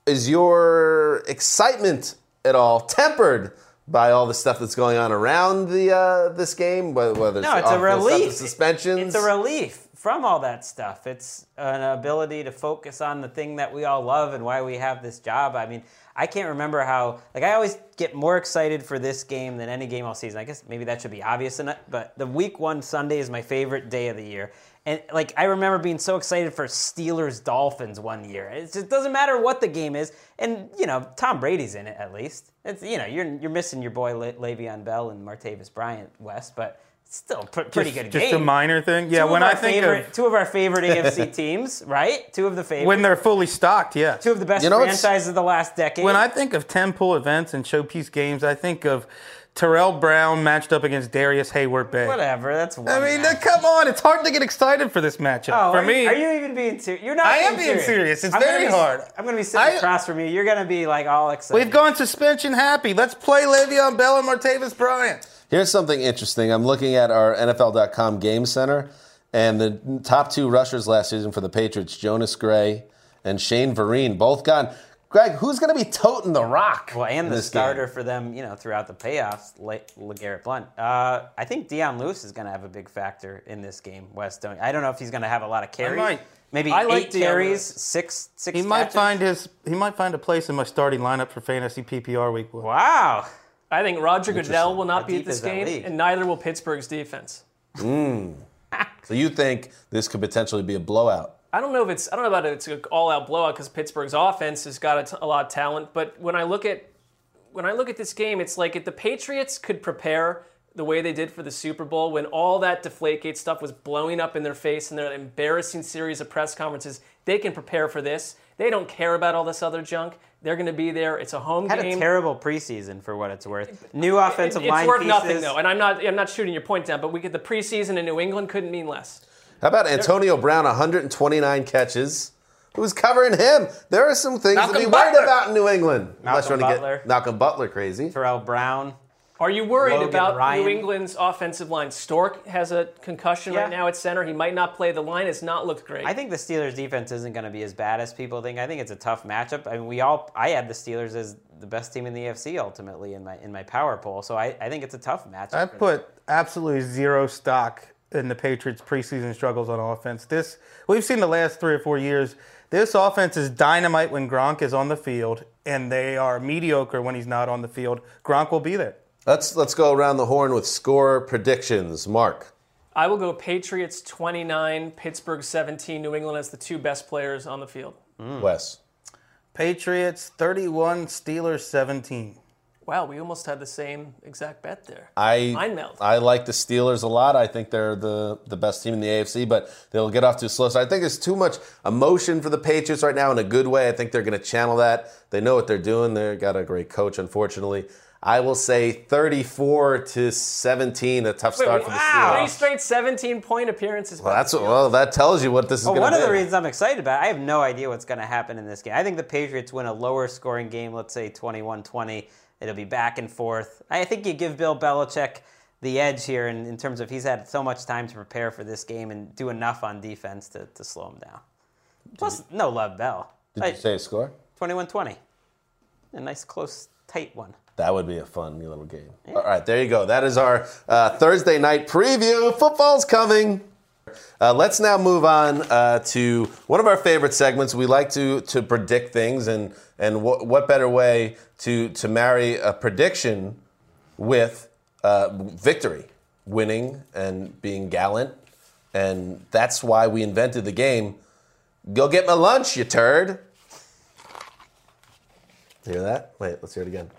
B: is your excitement at all tempered by all the stuff that's going on around the uh, this game? Whether, whether
D: No, it's
B: off-field
D: a
B: stuff, the
D: relief.
B: suspensions.
D: It's a relief from all that stuff. It's an ability to focus on the thing that we all love and why we have this job. I mean, I can't remember how. Like, I always get more excited for this game than any game all season. I guess maybe that should be obvious enough, but the Week One Sunday is my favorite day of the year. And like I remember being so excited for Steelers Dolphins one year. It just doesn't matter what the game is, and you know Tom Brady's in it at least. It's you know you're you're missing your boy Le- Le'Veon Bell and Martavis Bryant West, but still pr- pretty
C: just,
D: good game
C: Just a minor thing. Yeah,
D: two
C: when
D: of
C: I
D: our
C: think
D: favorite,
C: of
D: two of our favorite AFC teams, right? Two of the favorite,
C: when they're fully stocked, yeah.
D: two of the best
B: You know, it's-
D: franchises of the last decade.
C: When I think of 10 pool events and showpiece games, I think of Terrell Brown matched up against Darius Hayward Bay.
D: whatever, that's one.
C: I mean,
D: match.
C: come on. It's hard to get excited for this matchup.
D: Oh,
C: for
D: are,
C: me,
D: you, are you even being serious? You're not.
C: I am being serious. It's
D: gonna
C: very
D: be-
C: hard.
D: I'm going to be sitting
C: I-
D: across from you. You're going to be like all excited.
C: we've gone suspension happy. Let's play Le'Veon Bell and Martavis Bryant.
B: Here's something interesting. I'm looking at our NFL.com game center, and the top two rushers last season for the Patriots, Jonas Gray and Shane Vereen, both gone. Greg, who's going to be toting the rock?
D: Well, and
B: in
D: the
B: this game?
D: starter for them, you know, throughout the payoffs, Le- LeGarrette Blunt. Uh, I think Deion Lewis is going to have a big factor in this game. West, don't I don't know if he's going to have a lot of carries.
C: might.
D: Maybe
E: I
D: eight
E: like Deion
D: carries,
E: Lewis.
D: six six.
C: He might
D: catches.
C: find his he might find a place in my starting lineup for fantasy PPR week one.
D: Wow.
E: I think Roger Goodell will not
D: How
E: be
D: deep
E: at this
D: is that
E: game,
D: league?
E: and neither will Pittsburgh's defense.
B: So you think this could potentially be a blowout?
E: I don't know if it's I don't know about if it's an all-out blowout because Pittsburgh's offense has got a, t- a lot of talent. But when I look at when I look at this game, it's like if the Patriots could prepare the way they did for the Super Bowl when all that Deflategate stuff was blowing up in their face and their embarrassing series of press conferences, they can prepare for this. They don't care about all this other junk. They're going to be there. It's a home
D: Had
E: game.
D: a terrible preseason for what it's worth. New offensive
E: it's
D: line
E: worth
D: pieces.
E: nothing though, and I'm not I'm not shooting your point down. But we get the preseason in New England couldn't mean less.
B: How about Antonio Brown, 129 catches? Who's covering him? There are some things to
C: Malcolm
B: be worried
C: Butler.
B: about in New England. Unless you
D: Malcolm
B: wanna
D: Butler.
B: Malcolm Butler crazy.
D: Terrell Brown.
E: Are you worried
D: Logan
E: about
D: Ryan.
E: New England's offensive line? Stork has a concussion
D: Yeah.
E: right now at center. He might not play. The line has not looked great.
D: I think the Steelers defense isn't going to be as bad as people think. I think it's a tough matchup. I mean, we all I had the Steelers as the best team in the AFC ultimately in my in my power poll. So I, I think it's a tough matchup.
C: I put absolutely zero stock in the Patriots' preseason struggles on offense. This we've seen the last three or four years. This offense is dynamite when Gronk is on the field, and they are mediocre when he's not on the field. Gronk will be there.
B: Let's let's go around the horn with score predictions. Mark.
E: I will go Patriots 29, Pittsburgh 17, New England as the two best players on the field.
B: Wes.
C: Patriots 31, Steelers 17.
E: Wow, we almost had the same exact bet there.
B: I
E: Mind meld.
B: I like the Steelers a lot. I think they're the, the best team in the AFC, but they'll get off to a slow start. I think there's too much emotion for the Patriots right now in a good way. I think they're going to channel that. They know what they're doing. They've got a great coach, unfortunately. I will say 34 to 17, a tough start for the
E: Three
B: Steelers.
E: straight 17 point appearances.
B: Well, that's what, well, that tells you what this is
D: Well,
B: going to
D: Oh, one
B: be.
D: of the reasons I'm excited about it, I have no idea what's going to happen in this game. I think the Patriots win a lower scoring game, let's say 21 20. It'll be back and forth. I think you give Bill Belichick the edge here in, in terms of he's had so much time to prepare for this game and do enough on defense to, to slow him down. Plus, no love Bell.
B: Did you say a score?
D: 21 20. A nice, close, tight one.
B: That would be a fun little game. All right, there you go. That is our uh, Thursday night preview. Football's coming. Uh, let's now move on uh, to one of our favorite segments. We like to to predict things, and and what what better way to to marry a prediction with uh, victory, winning, and being gallant, and that's why we invented the game. Go get my lunch, you turd. Hear that? Wait, let's hear it again.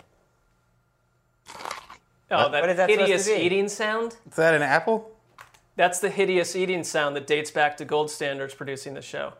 E: Oh, that,
D: What is that supposed to
E: hideous
D: be?
E: eating sound?
C: Is that an apple?
E: That's the hideous eating sound that dates back to Gold Standards producing the show.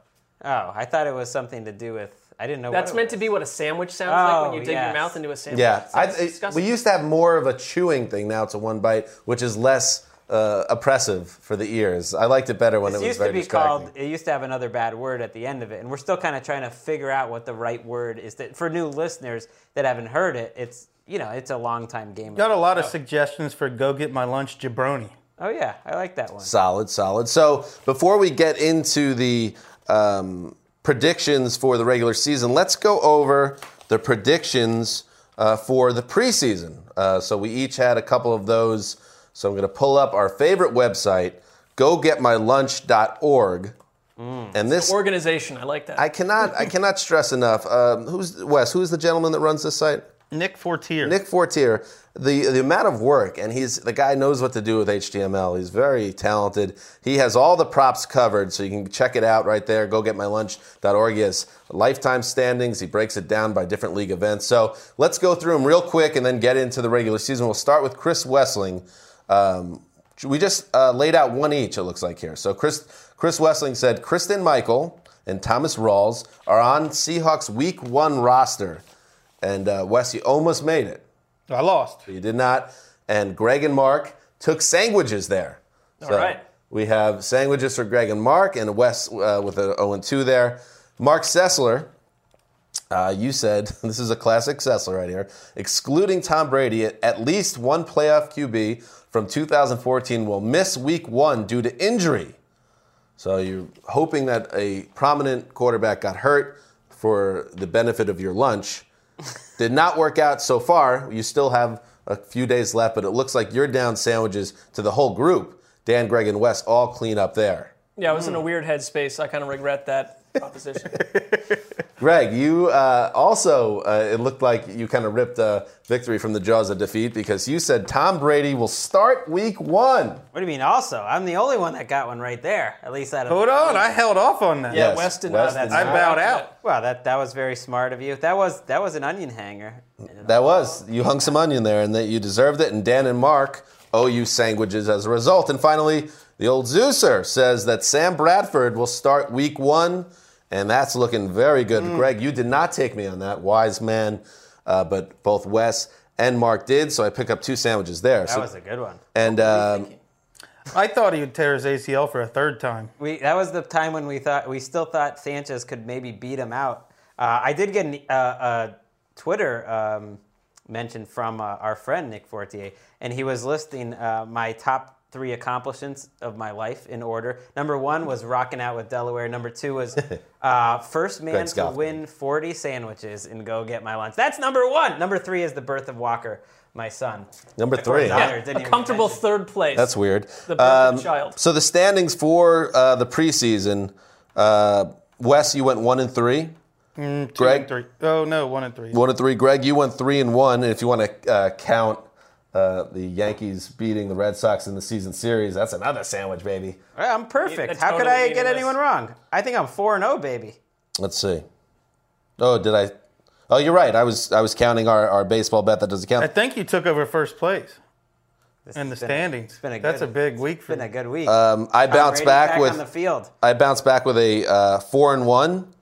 D: Oh, I thought it was something to do with. I didn't know.
E: That's
D: what it
E: meant to
D: was.
E: be what a sandwich sounds like
D: Oh,
E: when you dig your
D: yes.
E: mouth into a sandwich.
B: Yeah, I,
E: It's
B: it-
E: disgusting.
B: we used to have more of a chewing thing. Now it's a one bite, which is less uh, oppressive for the ears. I liked it better when
D: It
B: it was
D: used
B: very
D: to be
B: distracting.
D: called. It used to have another bad word at the end of it, and we're still kind of trying to figure out what the right word is. That for new listeners that haven't heard it, it's you know it's a long time game.
C: Got a lot of suggestions for go get my lunch jabroni.
D: Oh yeah, I like that one.
B: Solid, solid. So before we get into the um, predictions for the regular season, let's go over the predictions uh, for the preseason. Uh, so we each had a couple of those. So I'm going to pull up our favorite website, gogetmylunch.org.
D: Mm.
B: And this,
E: Organization, I like that.
B: I cannot, I cannot stress enough. Um, who's Wes? Who's the gentleman that runs this site?
C: Nick Fortier.
B: Nick Fortier, the the amount of work, and he's the guy knows what to do with HTML. He's very talented. He has all the props covered, so you can check it out right there. Go get my lunch.org. He has lifetime standings. He breaks it down by different league events. So let's go through them real quick and then get into the regular season. We'll start with Chris Wessling. Um, we just uh, laid out one each, it looks like here. So Chris, Chris Wessling said Kristen Michael and Thomas Rawls are on Seahawks week one roster. And uh, Wes, you almost made it.
C: I lost.
B: You did not. And Greg and Mark took sandwiches there. so
E: right.
B: We have sandwiches for Greg and Mark, and Wes uh, with a 0 and 2 there. Mark Sessler, uh, you said, this is a classic Sessler right here, excluding Tom Brady, at- at least one playoff QB from 2014 will miss week one due to injury. So you're hoping that a prominent quarterback got hurt for the benefit of your lunch. Did not work out so far. You still have a few days left, but it looks like you're down sandwiches to the whole group. Dan, Greg, and Wes all clean up there.
E: yeah, I was in
C: Mm.
E: a weird headspace. I kind of regret that proposition.
B: Greg, you uh, also, uh, it looked like you kind of ripped uh, victory from the jaws of defeat because you said Tom Brady will start week one.
D: What do you mean? Also, I'm the only one that got one right there. At least out of
C: Hold on, I held off on that.
B: Yes,
E: Wes did
B: Wes
E: not.
B: did
C: I
B: not.
C: bowed out.
D: Wow, that that was very smart of you. That was that was an onion hanger.
B: That was. You hung some onion there and that you deserved it. And Dan and Mark owe you sandwiches as a result. And finally, the old Zeuser says that Sam Bradford will start week one. And that's looking very good. Greg, you did not take me on that, wise man. Uh, but both Wes and Mark did. So I pick up two sandwiches there.
D: That was a good one.
B: and um,
C: I thought he would tear his ACL for a third time.
D: We that was the time when we thought we still thought Sanchez could maybe beat him out. Uh, I did get an, uh, a Twitter um, mention from uh, our friend Nick Fortier, and he was listing uh, my top three accomplishments of my life in order. Number one was rocking out with Delaware. Number two was uh, first man
B: Greg
D: to
B: Scoffman.
D: win 40 sandwiches and go get my lunch. That's number one. Number three is the birth of Walker, my son.
B: number three.
D: Yeah. Didn't even
E: a
D: mention
E: comfortable
D: it.
E: third place.
B: That's weird. Um,
E: The birth of child.
B: So the standings for uh, the preseason uh, Wes, you went one and three.
C: Two
B: Greg?
C: and three. Oh no, one and three.
B: One and three. Greg, you went three and one. And if you want to uh, count uh, the Yankees beating the Red Sox in the season series, that's another sandwich, baby.
D: Well, I'm perfect.
E: That's
D: How could
E: totally
D: I get
E: meaningless.
D: anyone wrong? I think I'm 4 and 0, baby.
B: Let's see. Oh, did I? Oh, you're right. I was I was counting our, our baseball bet that doesn't
C: I
B: count.
C: think you took over first place
D: This
C: in the
D: has been-
C: standings.
D: been a
C: That's
D: good-
C: a big week for
D: Been a
C: you.
D: good week.
B: Um, I bounced
D: Brady's
B: back, with
D: on the field.
B: I bounced back with a uh, four and one.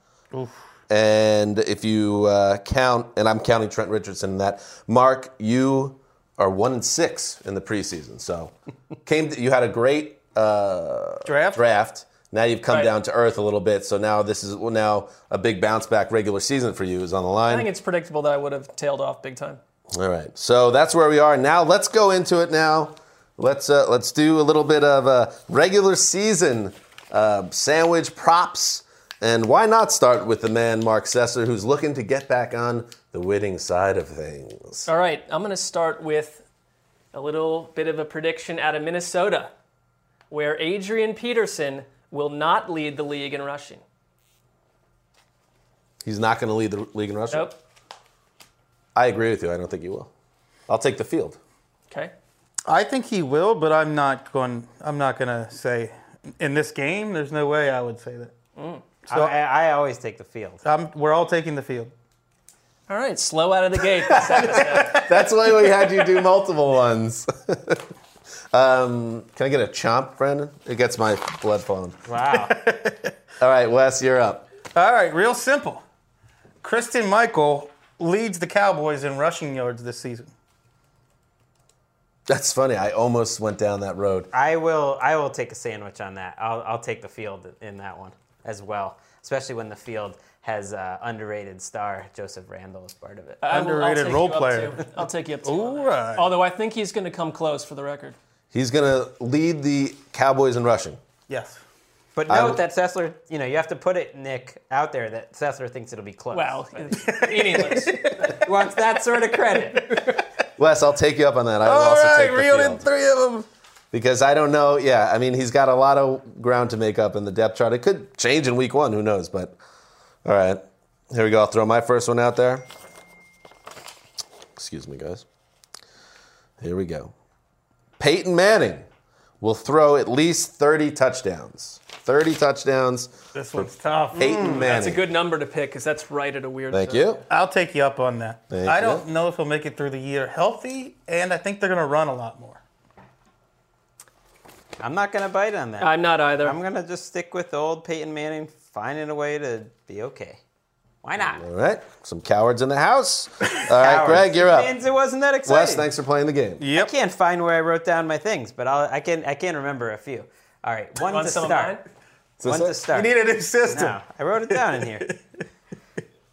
B: And if you uh, count, and I'm counting Trent Richardson in that, Mark, you are one and six in the preseason. So came you had a great uh,
C: Draft?
B: Draft. Now you've come
E: Right.
B: down to earth a little bit. So now this is well, now a big bounce back regular season for you is on the
E: I
B: line.
E: think it's predictable that I would have tailed off big time.
B: All right, so that's where we are now. Let's go into it now. Let's uh, let's do a little bit of uh, regular season uh, sandwich props, and why not start with the man Mark Sessler, who's looking to get back on the winning side of things.
E: All right, I'm going to start with a little bit of a prediction out of Minnesota, where Adrian Peterson will not lead the league in rushing.
B: He's not going to lead the league in rushing.
E: Nope.
B: I agree with you. I don't think he will. I'll take the field.
E: Okay.
C: I think he will, but I'm not going. I'm not going to say in this game. There's no way I would say that.
D: I, I always take the field.
C: I'm, we're all taking the field.
E: All right, slow out of the gate this episode.
B: That's why we had you do multiple ones. um, can I get a chomp, Brandon? It gets my blood flowing.
D: Wow.
B: All right, Wes, you're up.
C: All right, real simple. Kristen Michael leads the Cowboys in rushing yards this season.
B: That's funny. I almost went down that road.
D: I will. I will take a sandwich on that. I'll, I'll take the field in that one as well, especially when the field has uh, underrated star Joseph Randall as part of it.
E: I will- I'll
C: Underrated
E: take
C: role
E: you up
C: player.
E: two. I'll take you up two. on
C: All
E: that.
C: right.
E: Although I think he's going to come close for the record.
B: He's going to lead the Cowboys in rushing.
C: Yes.
D: But note that Sessler, you know, you have to put it, Nick, out there that Sessler thinks it'll be close.
E: Well, meaningless.
D: He wants that sort of credit.
B: Wes, I'll take you up on that. I will
C: All
B: also
C: right,
B: take the
C: reeled
B: field.
C: in three of them.
B: because I don't know. Yeah, I mean, he's got a lot of ground to make up in the depth chart. It could change in week one. Who knows? But all right, here we go. I'll throw my first one out there. Excuse me, guys. Here we go. Peyton Manning will throw at least 30 touchdowns. 30 touchdowns.
C: This one's tough.
B: Peyton Manning.
E: That's a good number to pick because that's right at a weird.
B: Thank
E: zone.
B: you.
C: I'll take you up on that.
B: Thank
C: I don't
B: you.
C: know if he'll make it through the year healthy, and I think they're going to run a lot more.
D: I'm not going to bite on that.
E: I'm not either.
D: I'm going to just stick with old Peyton Manning finding a way to be okay. Why not?
B: All right, some cowards in the house. All right, Greg, you're up.
D: Means it wasn't that exciting.
B: Wes, thanks for playing the game.
D: I can't find where I wrote down my things, but I'll, I can I can remember a few. All right, one
E: Want
D: to
E: some of
D: start.
E: mine?
D: One to start.
C: You need a new system.
D: No, I wrote it down in here.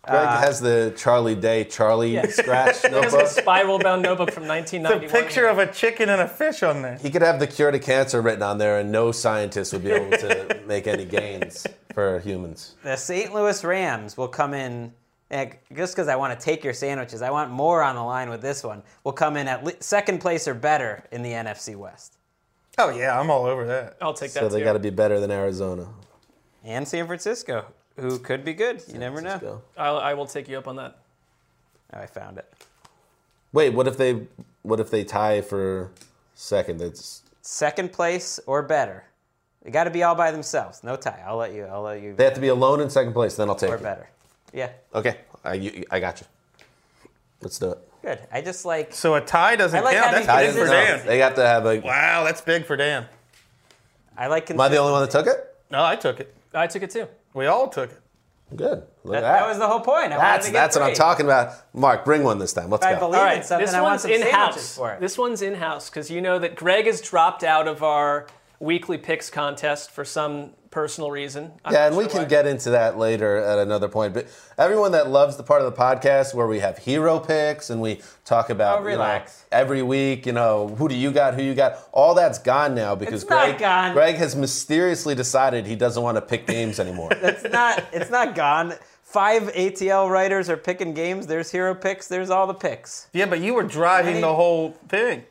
B: Greg has the Charlie Day Charlie scratch
E: There's a
B: notebook.
E: spiral bound notebook from
C: The
E: 1991.
C: picture of a chicken and a fish on there.
B: He could have the cure to cancer written on there, and no scientist would be able to make any gains for humans.
D: The St. Louis Rams will come in. And just because I want to take your sandwiches, I want more on the line with this one. Will come in at le- second place or better in the NFC West
C: Oh, yeah, I'm all over that.
E: I'll take that.
B: So they
E: too.
B: got to be better than Arizona.
D: and San Francisco, who could be good. You never know.
B: Let's go.
E: I'll, I will take you up on that.
D: Oh, I found it.
B: Wait, what if they what if they tie for second? That's
D: Second place or better. They got to be all by themselves. No tie. I'll let you. I'll let you.
B: they have to be alone in second place. Then I'll take
D: or
B: it.
D: better. Yeah.
B: Okay, I you, I got you. Let's do it.
D: Good. I just like
C: So a tie doesn't
D: I like
C: count.
D: having
C: That's big
D: This
C: for
D: is-
B: No,
C: Dan.
B: they have to have a. Am
C: Wow, that's big for Dan.
D: I like.
B: I the only one that took it?
C: No, I took it.
E: I took it too.
C: We all took it.
B: Good. Look at that.
D: That, that was the whole point. I wanted
B: that's
D: to get
B: that's what I'm
D: three.
B: talking about. Mark, bring one this time. Let's
D: If I
B: go.
D: believe
E: All
D: in
E: right,
D: something,
E: this
D: I want
E: one's
D: some
E: in
D: sandwiches
E: house.
D: for it.
E: This one's in house because you know that Greg has dropped out of our weekly picks contest for some personal reason. I'm
B: Yeah,
E: not
B: and we
E: sure
B: can
E: why.
B: get into that later at another point. But everyone that loves the part of the podcast where we have hero picks and we talk about
D: Oh,
B: you know,
D: relax.
B: every week, you know, who do you got, who you got, all that's gone now because
D: It's not
B: Greg,
D: gone.
B: Greg has mysteriously decided he doesn't want to pick games anymore.
D: it's not it's not gone. Five ATL writers are picking games. There's hero picks. There's all the picks.
C: Yeah, but you were driving
D: Ready?
C: the whole thing.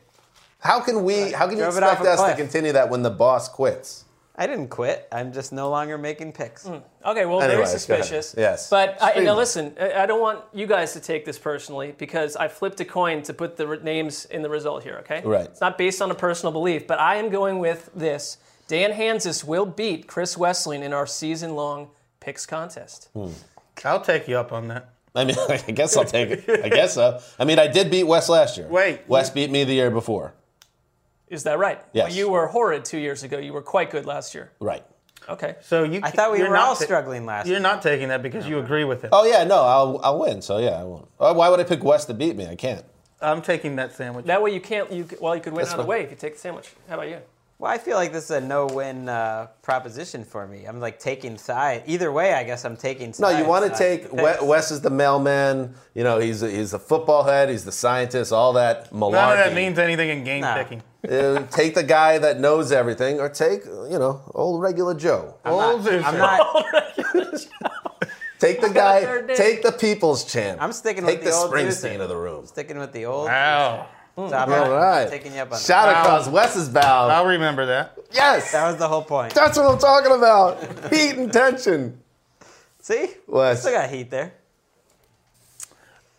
B: how can we? How can you
D: Drove it off
B: expect
D: a
B: us to
D: cliff.
B: continue that when the boss quits?
D: I didn't quit. I'm just no longer making picks.
E: Okay,
B: Anyway,
E: well, very
B: go ahead.
E: suspicious.
B: Yes.
E: But I,
B: Extremely.
E: now listen, uh, I I don't want you guys to take this personally because I flipped a coin to put the re- names in the result here, okay?
B: Right.
E: It's not based on a personal belief, but I am going with this. Dan Hansis will beat Chris Wessling in our season long picks contest.
C: I'll take you up on that.
B: I mean, I guess I'll take it. I guess so. I mean, I did beat Wes last year.
C: Wait.
B: Wes beat me the year before.
E: Is that right?
B: Yes.
E: Well, you were horrid two years ago. You were quite good last year.
B: Right.
E: Okay.
C: So you.
D: I thought we
C: you're
D: were
C: not
D: all
C: ta-
D: struggling last.
C: You're not taking that because you agree with him.
B: Oh yeah, no, I'll I'll win. So yeah, I won't. Oh, Why would I pick Wes to beat me? I can't.
C: I'm taking that sandwich.
E: That way you can't, you, c- well, you could win
B: That's
E: either
B: fine.
E: way if you take the sandwich. How about you?
D: Well, I feel like this is a no-win uh, proposition for me. I'm like taking side. Either way, I guess I'm taking.
B: No,
D: Sides,
B: you want to
D: uh,
B: take
D: the
B: Wes,
D: picks.
B: Wes is the mailman. You know, he's a, he's the football head. He's the scientist. All that malarkey.
C: None of that means anything in game
D: Nah.
C: picking.
B: Uh, take the guy that knows everything, or take you know old regular Joe.
C: Old
D: I'm not.
C: Zeus.
D: I'm, not,
B: Take the
E: third
B: guy.
E: day.
B: Take the people's champ.
D: I'm sticking
B: Take
D: with
B: the
D: the old
B: Springsteen
D: Zeus.
B: of the room.
D: sticking with the old.
C: Wow.
D: So I'm
B: All
D: not
B: right.
D: taking you up on that.
B: Shout across Wes's bow.
C: I'll remember that.
B: yes,
D: That was the whole point.
B: that's what I'm talking about. Heat and tension.
D: See,
B: Wes.
D: still got heat there.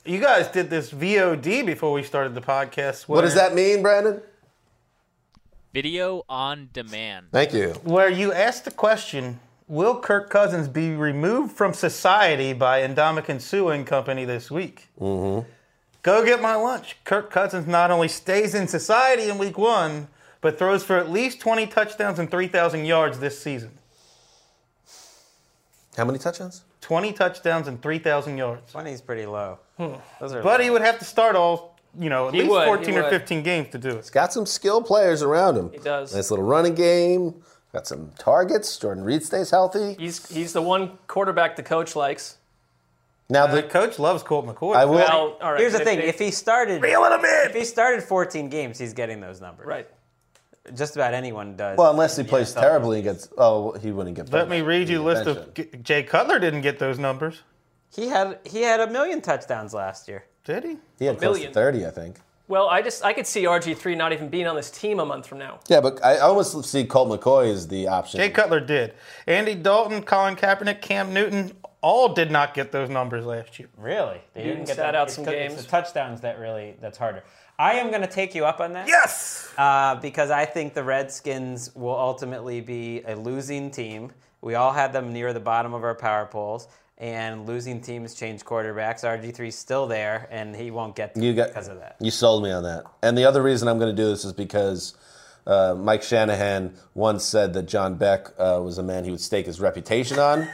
C: You guys did this VOD before we started the podcast.
B: What does that mean, Brandon?
F: Video on demand.
B: Thank you.
C: Where you asked the question Will Kirk Cousins be removed from society by Indomitian Sue and Company this week? Mm-hmm. Go get my lunch. Kirk Cousins not only stays in society in week one, but throws for at least 20 touchdowns and 3,000 yards this season.
B: How many touchdowns?
C: 20 touchdowns and 3,000 yards.
D: Money's pretty low. Those are
C: But he would have to start all, you know, at least
E: would, he
C: 14 or
E: would.
C: 15 games to do it.
B: Got some skill players around him. He
E: does.
B: Nice little running game. Got some targets. Jordan Reed stays healthy.
E: He's he's the one quarterback the coach likes.
B: Now
C: The
B: the
C: coach loves Colt McCoy.
B: I will.
E: Well, all right.
D: Here's the
E: but
D: thing:
E: they-
D: if he started,
B: Feel it a bit.
D: if he started 14 games, he's getting those numbers.
E: right,
D: Just about anyone does.
B: Well, unless he plays terribly, he gets. Oh, he wouldn't get.
C: Let
B: punished.
C: me read you a
B: He'd
C: list
B: get
C: of
B: benched.
C: G- Jay Cutler didn't get those numbers.
D: he had he had a million touchdowns last year.
C: Did he?
B: He had close to
E: million.
B: thirty, I think.
E: well, I just I could see RG three not even being on this team a month from now.
B: Yeah, but I almost see Colt McCoy as the option.
C: Jay Cutler did. Andy Dalton, Colin Kaepernick, Cam Newton, all did not get those numbers last year.
D: Really? They
E: Newton sat out some games.
D: the touchdowns that really that's harder. I am going to take you up on that.
C: Yes.
D: Uh, because I think the Redskins will ultimately be a losing team. We all had them near the bottom of our power polls, and losing teams change quarterbacks. RG3's still there, and he won't get to
B: You
D: it
B: got
D: because of that.
B: You sold me on that. And the other reason I'm going to do this is because uh, Mike Shanahan once said that John Beck uh, was a man he would stake his reputation on,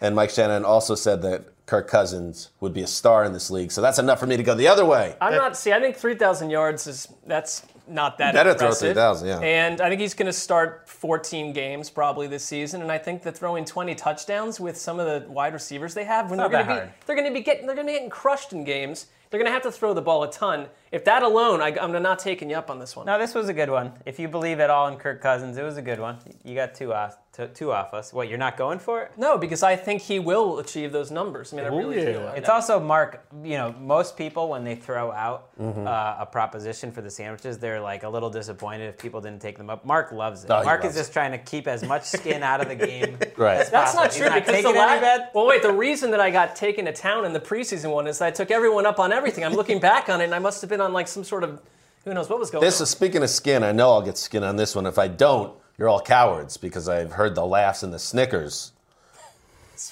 B: and Mike Shanahan also said that Kirk Cousins would be a star in this league. So that's enough for me to go the other way.
E: I'm not see. I think three thousand yards is that's not that.
B: Better throw
E: impressive.
B: 3,000, yeah.
E: And I think he's going to start 14 games probably this season. And I think that throwing 20 touchdowns with some of the wide receivers they have, when
D: It's
E: they're going
D: not that
E: to be
D: hard.
E: they're going to be getting they're going to be getting crushed in games. They're going to have to throw the ball a ton. If that alone, I, I'm not taking you up on this one.
D: Now this was a good one. If you believe at all in Kirk Cousins, it was a good one. You got two off, two, two off us. What? You're not going for it?
E: No, because I think he will achieve those numbers. I mean, I really do. I
D: Oh, It's
E: know.
D: also Mark. You know, most people when they throw out
B: Mm-hmm.
D: uh, a proposition for the sandwiches, they're like a little disappointed if people didn't take them up. Mark loves it.
B: Oh, he
D: Mark is
B: loves
D: just trying to keep as much skin out of the game.
B: Right.
D: as
E: That's not
D: possible. He's
E: true because the
D: taking any
E: la-
D: bet.
E: Well, wait. The reason that I got taken to town in the preseason one is I took everyone up on everything. I'm looking back on it, and I must have been on like some sort of who knows what was going
B: This
E: on.
B: is speaking of skin. I know I'll get skin on this one. If I don't, you're all cowards because I've heard the laughs and the snickers.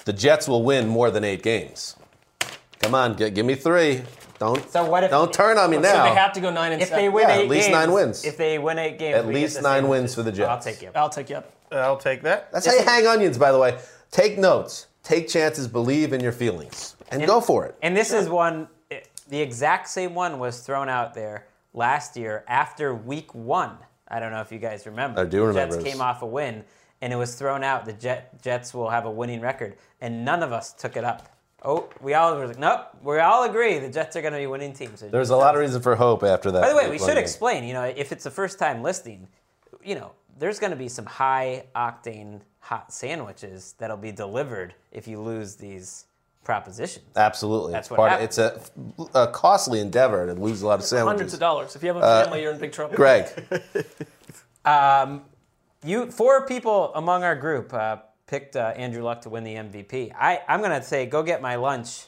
B: The Jets will win more than eight games. Come on, gi- give me three. Don't
D: So what if-
B: don't turn on me
E: so
B: now.
E: they have to go nine and
D: If
E: seven.
D: they win
B: Yeah, at
D: eight
B: least
D: games-
B: nine wins.
D: If they win eight games,
B: At
D: we get
B: least
D: the
B: nine
D: sandwiches.
B: wins for the
D: I'll
B: Jets.
D: take you.
E: I'll take you up.
C: I'll take that.
B: That's how you hang onions, by the way. Take notes, take chances, believe in your feelings, and, go for it.
D: And this is one, it- the exact same one was thrown out there last year after week one. I don't know if you guys remember.
B: I do
D: The
B: remember
D: Jets
B: this.
D: came off a win, and it was thrown out. The Jet, Jets will have a winning record, and none of us took it up. Oh, we all were like, nope, we all agree the Jets are going to be winning teams.
B: There's a lot of reason for hope after that.
D: By the way, we should explain, you know, if it's the first time listening, you know, there's going to be some high octane hot sandwiches that'll be delivered if you lose these propositions.
B: Absolutely, that's
D: what
B: part. Of, it's
D: happens.
B: a, a costly endeavor to lose a lot of sandwiches.
E: Hundreds of dollars. If you have a
B: Uh,
E: family, you're in big trouble.
B: Greg,
D: You four people among our group uh, picked uh, Andrew Luck to win the MVP. I, I'm going to say go get my lunch.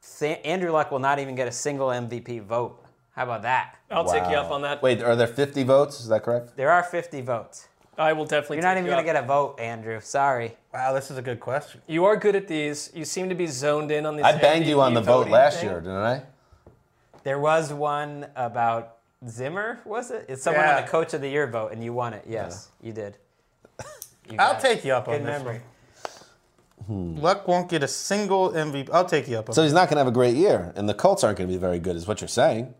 D: Sa- Andrew Luck will not even get a single MVP vote. How about that?
E: I'll take you
B: Wow.
E: up on that.
B: wait, are there 50 votes? Is that correct?
D: There are 50 votes.
E: I will definitely.
D: You're not
E: take
D: even
E: you
D: going to
E: up.
D: get a vote, Andrew. Sorry.
C: Wow, this is a good question.
E: You are good at these. You seem to be zoned in on these.
B: I banged you on the
E: MVP
B: vote
E: voting
B: last
E: thing.
B: year, didn't I?
D: There was one about Zimmer, was it? It's someone on
C: Yeah.
D: the Coach of the Year vote, and you won it. Yes, you did. You got
C: I'll
D: it.
C: take you up
D: Good
C: on this
D: memory.
C: one. Luck won't get a single MVP. I'll take you up on
B: So he's not going to have a great year, and the Colts aren't going to be very good, is what you're saying.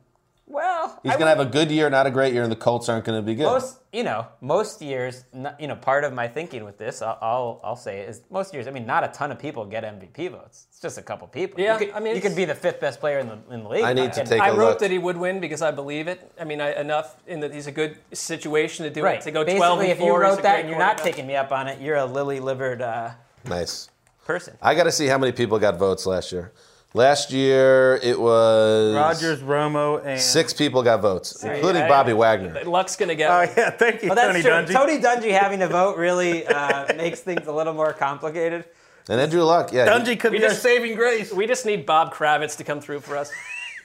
D: Well,
B: He's
D: I
B: going to have a good year, not a great year, and the Colts aren't going to be good.
D: most you know most years n- you know part of my thinking with this I'll, I'll I'll say it, is most years I mean not a ton of people get MVP votes it's just a couple people
E: Yeah,
D: you could,
E: I mean,
D: you could
E: it's-
D: be the fifth best player in the in the league
B: I need to
D: And-
B: take
E: I
B: a
E: wrote
B: look.
E: that he would win because I believe it. I mean, I, enough in that he's a good situation to do
D: right
E: it. To go
D: basically
E: twelve and
D: if you
E: four is a
D: wrote that
E: great
D: and you're not
E: quarterback.
D: taking me up on it you're a lily livered uh,
B: nice.
D: person
B: I got to see how many people got votes last year. Last year, it was
C: Rogers, Romo, and
B: Six people got votes, including
E: I-
B: Bobby Wagner.
E: Luck's gonna get.
C: Oh yeah, thank you,
D: well, that's
C: Tony
D: true.
C: Dungy.
D: Tony Dungy having to vote really uh, makes things a little more complicated
B: And Andrew Luck, yeah. he-
C: Dungy could be our
E: just-
C: saving grace.
E: We just need Bob Kravitz to come through for us.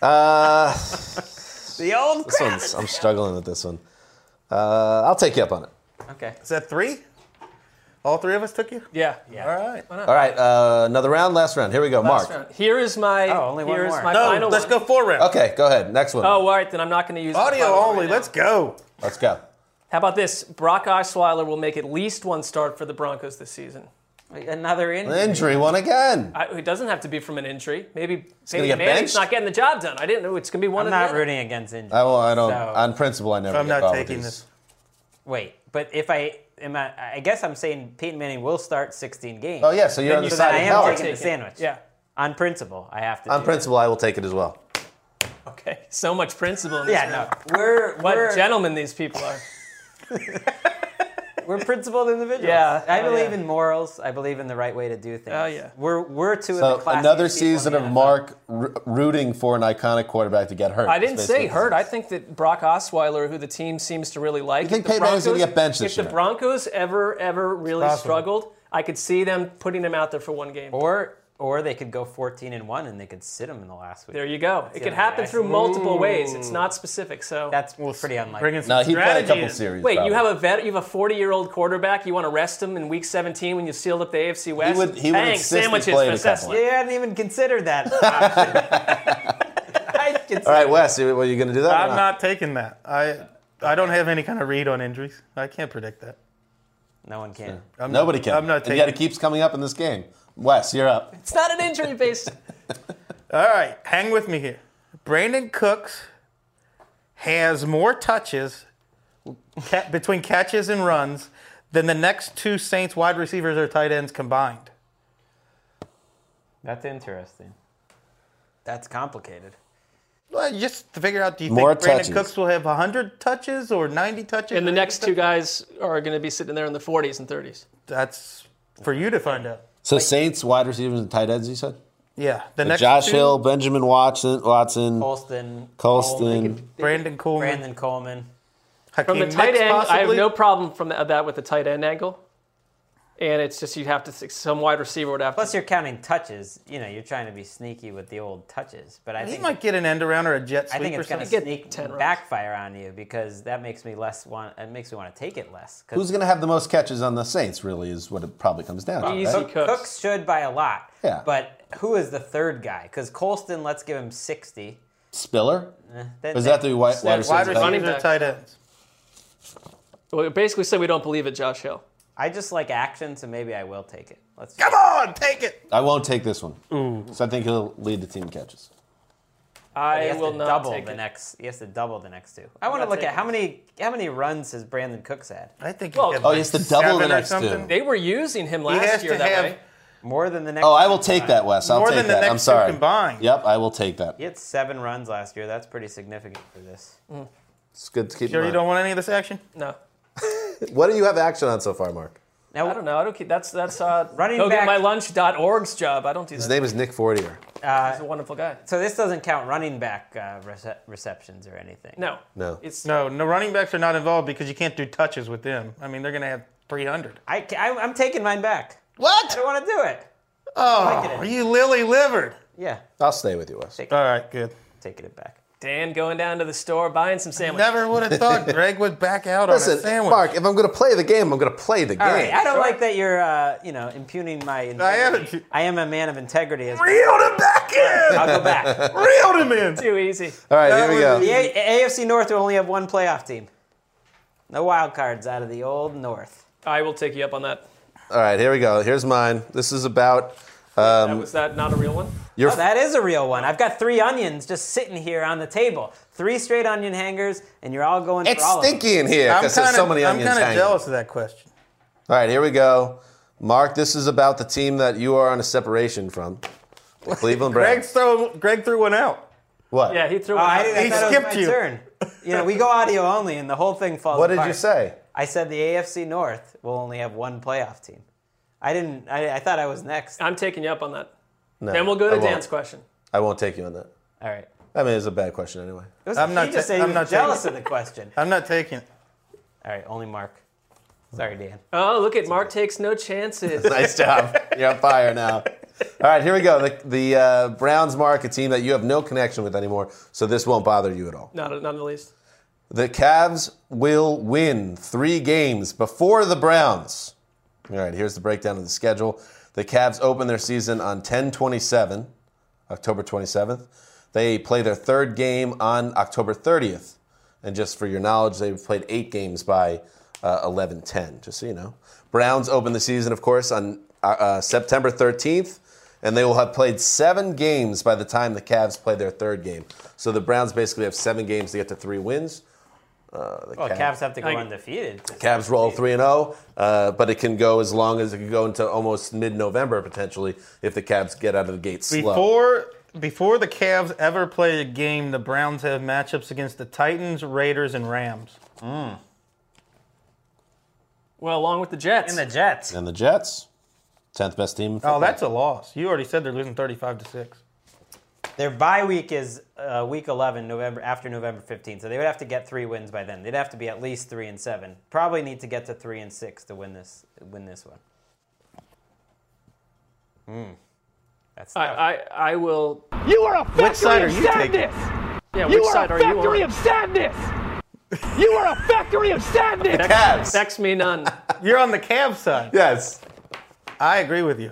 B: Uh,
D: the old
B: this one's, I'm struggling with this one. Uh, I'll take you up on it.
D: okay
C: Is that three? All three of us took you?
E: Yeah. Yeah.
C: All right.
B: All right, uh, another round, last round. Here we go, Mark.
E: Here is my.
D: Oh, only one
E: here is
D: more.
E: my
C: No,
E: final
C: let's
E: one.
C: go four rounds.
B: Okay, go ahead. Next one.
E: Oh, all right. Then I'm not going to use my
C: Audio
E: final one
C: only.
E: right now.
C: let's go.
B: Let's go.
E: How about this? Brock Osweiler will make at least one start for the Broncos this season.
D: Another injury.
B: Injury one again.
E: I, it doesn't have to be from an injury. Maybe
B: gonna
E: maybe
B: get
E: Manning's
B: benched?
E: not getting the job done. I didn't know it's going to be one
D: I'm
E: of
D: not
E: the
D: rooting against injury.
B: I, well, Oh, I don't.
D: So-
B: on principle, I never.
C: I'm
B: get
C: not
B: involved with
C: taking
B: these.
C: this.
D: Wait, but if I am, I, I guess I'm saying Peyton Manning will start 16 games.
B: Oh yeah, so you're on
E: you
B: the
E: said
B: side
D: I
B: of
D: am
B: Howard.
D: taking the sandwich.
E: Yeah.
D: On principle, I have to.
B: On
D: do
B: principle, I will take it as well.
E: Okay. So much principle. In
D: that.
E: this
D: Yeah,
E: room.
D: no. We're
E: What
D: we're,
E: gentlemen these people are.
D: we're principled individuals.
E: Yeah.
D: I
E: Oh,
D: believe
E: yeah.
D: in morals. I believe in the right way to do things.
E: Oh, yeah.
D: We're we're two of
B: So
D: the classiest people
B: another
D: in
B: season
D: the
B: of
D: NFL.
B: Mark r- rooting for an iconic quarterback to get hurt.
E: I didn't
B: That's
E: say
B: basically what
E: hurt. I think that Brock Osweiler, who the team seems to really like,
B: think
E: if the
B: Peyton Manning's gonna
E: Broncos-
B: get benched this
E: If the
B: year?
E: Broncos ever ever really
C: possible.
E: struggled, I could see them putting him out there for one game.
D: Or or they could go 14 and one and they could sit him in the last week.
E: There you go. It
D: the
E: could
D: other
E: happen
D: guy.
E: through multiple ways.
B: Hmm.
E: It's not specific. So
D: That's pretty unlikely.
C: Bring in
B: No,
C: some
B: he played a
C: strategy
B: couple
C: in.
B: series.
E: Wait,
B: probably.
E: you have a vet, you have a 40 year old quarterback. You want to rest him in week 17 when you sealed up the AFC West?
B: would- he would
E: Bang,
B: insist he
E: sandwiches
B: played
E: for
B: a couple.
E: Sessler.
D: Yeah, I hadn't even considered that. option. I considered
B: All right, Wes, you- were you going to do that? or
C: I'm not taking that. I I don't have any kind of read on injuries. I can't predict that.
D: No one can.
B: Nobody can.
C: I'm not
B: And yet it
C: taking-
B: keeps coming up in this game. Wes, you're up.
E: It's not an injury based.
C: All right, hang with me here. Brandon Cooks has more touches ca- between catches and runs than the next two Saints wide receivers or tight ends combined.
D: That's interesting. That's complicated.
C: Well, just to figure out, do you
B: More
C: think Brandon
B: touches.
C: Cooks will have 100 touches or 90 touches?
E: and the
C: or
E: next
C: 80
E: two guys are going to be sitting there in the 40s and 30s.
C: That's for you to find out.
B: So Saints wide receivers and tight ends. You said
C: Yeah, the next
B: Josh
C: two,
B: Hill, Benjamin Watson, Watson,
D: Colston.
B: Colston.
C: Brandon Coleman,
D: Brandon Coleman.
E: From the
C: Hakeem
E: tight
C: Nicks,
E: end, I have
C: possibly.
E: no problem from the, that with the tight end angle. And it's just you have to some wide receiver would have to.
D: Plus, you're counting touches. You know, you're trying to be sneaky with the old touches. But I
C: He
D: think
C: might get an end around or a jet
D: I
C: sweep
D: think
C: or
D: it's going
C: something.
D: to
E: Get
D: sneak
E: 10 runs.
D: backfire on you because that makes me less want. It makes me want to take it less. 'Cause
B: Who's going to have the most catches on the Saints? Really, is what it probably comes down to.
E: Easy
B: right?
E: Cooks.
D: Cooks should by a lot.
B: Yeah.
D: But who is the third guy? Because Colston, let's give him sixty.
B: Spiller.
D: Then-
B: Is that the wide, wide
E: That's
C: Wide
B: receiver?
E: Running
C: receivers or
E: back.
C: tight ends.
E: Well, it basically said we don't believe it, Josh Hill.
D: I just like action, so maybe I will take it. Let's.
C: Come on, take it.
B: I won't take this one. So I think he'll lead the team in catches.
D: He
E: I
D: has
E: will
D: to
E: not
D: double
E: take
D: the
E: it.
D: next. He has to double the next two. I want to
E: not
D: look at
E: taking
D: how
E: it.
D: many how many runs has Brandon Cooks had?
C: I think.
E: Well,
C: he had
E: Oh,
B: he has to double
C: seven
B: the
C: or
B: next
C: something.
B: two.
E: They were using him
C: He
E: last
C: has
E: year
C: to
E: that
C: have
E: way.
D: More than the next.
B: Oh, I will take that, Wes. I'll
C: More
B: take
C: than the
B: that.
C: next
B: I'm sorry.
C: two combined.
B: Yep, I will take that.
D: He had seven runs last year. That's pretty significant for this.
B: It's good to keep.
C: Sure,
B: in
C: you
B: mind.
C: don't want any of this action.
E: No.
B: What do you have action on so far, Mark?
D: Now,
E: I don't know. I don't. keep- That's that's uh,
D: Running
E: go
D: back-
E: get my lunch.org's job. I don't do that.
B: His name is Nick Fortier.
E: He's a wonderful guy.
D: so this doesn't count running back uh, rece- receptions or anything.
E: No.
B: No.
E: It's
C: No, no running backs are not involved because you can't do touches with them. I mean, they're going to have 300.
D: I, ca- I I'm taking mine back. I
C: What?
D: don't want to do it.
C: Oh,
D: get it.
C: are you lily livered?
D: Yeah,
B: I'll stay with you, Wes.
C: All right, good.
D: taking it back.
E: Dan going down to the store buying some sandwiches.
C: Never would have thought Greg would back out on a
B: Listen,
C: sandwich.
B: Mark, if I'm going to play the game, I'm going to play the game.
D: All right, I don't like that you're uh, you know impugning my. Integrity.
C: haven't-
D: I am a man of integrity. As
C: reeled him back
D: I'll
C: in.
D: go back.
C: reeled him in.
E: Too easy.
B: All right,
C: That
B: here we
C: would
D: The
B: go.
C: be-
D: A- AFC North will only have one playoff team. No wild cards out of the old North.
E: I will take you up on that.
B: All right, here we go. Here's mine. This is about Um,
E: that was that not a real one?
B: your.
D: Oh, that is a real one. I've got three onions just sitting here on the table. Three straight onion hangers, and you're all going
B: it's
D: for all of them.
B: stinky in here
C: I'm
B: because there's so many
C: kind
B: onions
C: of
B: hanging.
C: jealous of that question.
B: All right, here we go. Mark, this is about the team that you are on a separation from. The Cleveland
C: Greg
B: Browns.
C: threw, Greg threw one out.
B: What?
E: Yeah, he threw.
D: Oh,
E: one
D: I,
E: out.
D: didn't- I
C: He
D: thought it was
C: skipped
D: my
C: you.
D: turn. You know, we go audio only, and the whole thing falls
B: what did you
D: apart.
B: say?
D: I said the AFC North will only have one playoff team. I didn't. I, I thought I was next. All
E: I'm taking you up on that.
B: No,
E: Then we'll go to
B: I won't.
E: Dan's question.
B: I won't take you on that.
D: right.
B: I mean, it's a bad question anyway.
D: It was-
C: I'm
D: he
C: not
D: just
C: ta-
D: said he
C: I'm
D: was
C: not taking
D: jealous
C: it.
D: of the question.
C: I'm not taking it.
D: All right, only Mark. Sorry, Dan.
E: Oh, look at Mark takes no chances.
B: Nice job. You're on fire now. All right, here we go. The, the uh, Browns mark a team that you have no connection with anymore, so this won't bother you at all.
E: not, not the least.
B: The Cavs will win three games before the Browns. All right, here's the breakdown of the schedule. The Cavs open their season on 10-27, October 27th. They play their third game on October 30th. And just for your knowledge, they've played eight games by uh, 11-10, just so you know. Browns open the season, of course, on uh, uh, September 13th. And they will have played seven games by the time the Cavs play their third game. So the Browns basically have seven games to get to three wins. Uh, the
D: Well, Cavs have to go
E: Like-
D: undefeated.
B: Cavs roll three and zero, but it can go as long as it can go into almost mid-November potentially if the Cavs get out of the gate slow.
C: Before before the Cavs ever play a game, the Browns have matchups against the Titans, Raiders, and Rams.
E: Well, along with the Jets.
D: And the Jets.
B: and the Jets, tenth best team. in
C: Oh,
B: football.
C: that's a loss. You already said they're losing 35 to 6.
D: Their bye week is uh, week 11, November after November 15th. So they would have to get three wins by then. They'd have to be at least three and seven. Probably need to get to three and six to win this win this one. Hmm. That's
E: I,
D: tough.
E: I, I will.
H: You are a factory
C: side are
H: of
C: you taking?
H: sadness. You
E: Yeah, which
H: are
E: side
H: a
E: are you
H: factory
E: on?
H: of sadness. You are a factory of sadness.
B: Cavs.
E: Sex me none.
C: You're on the Cavs side.
B: yes,
C: I agree with you.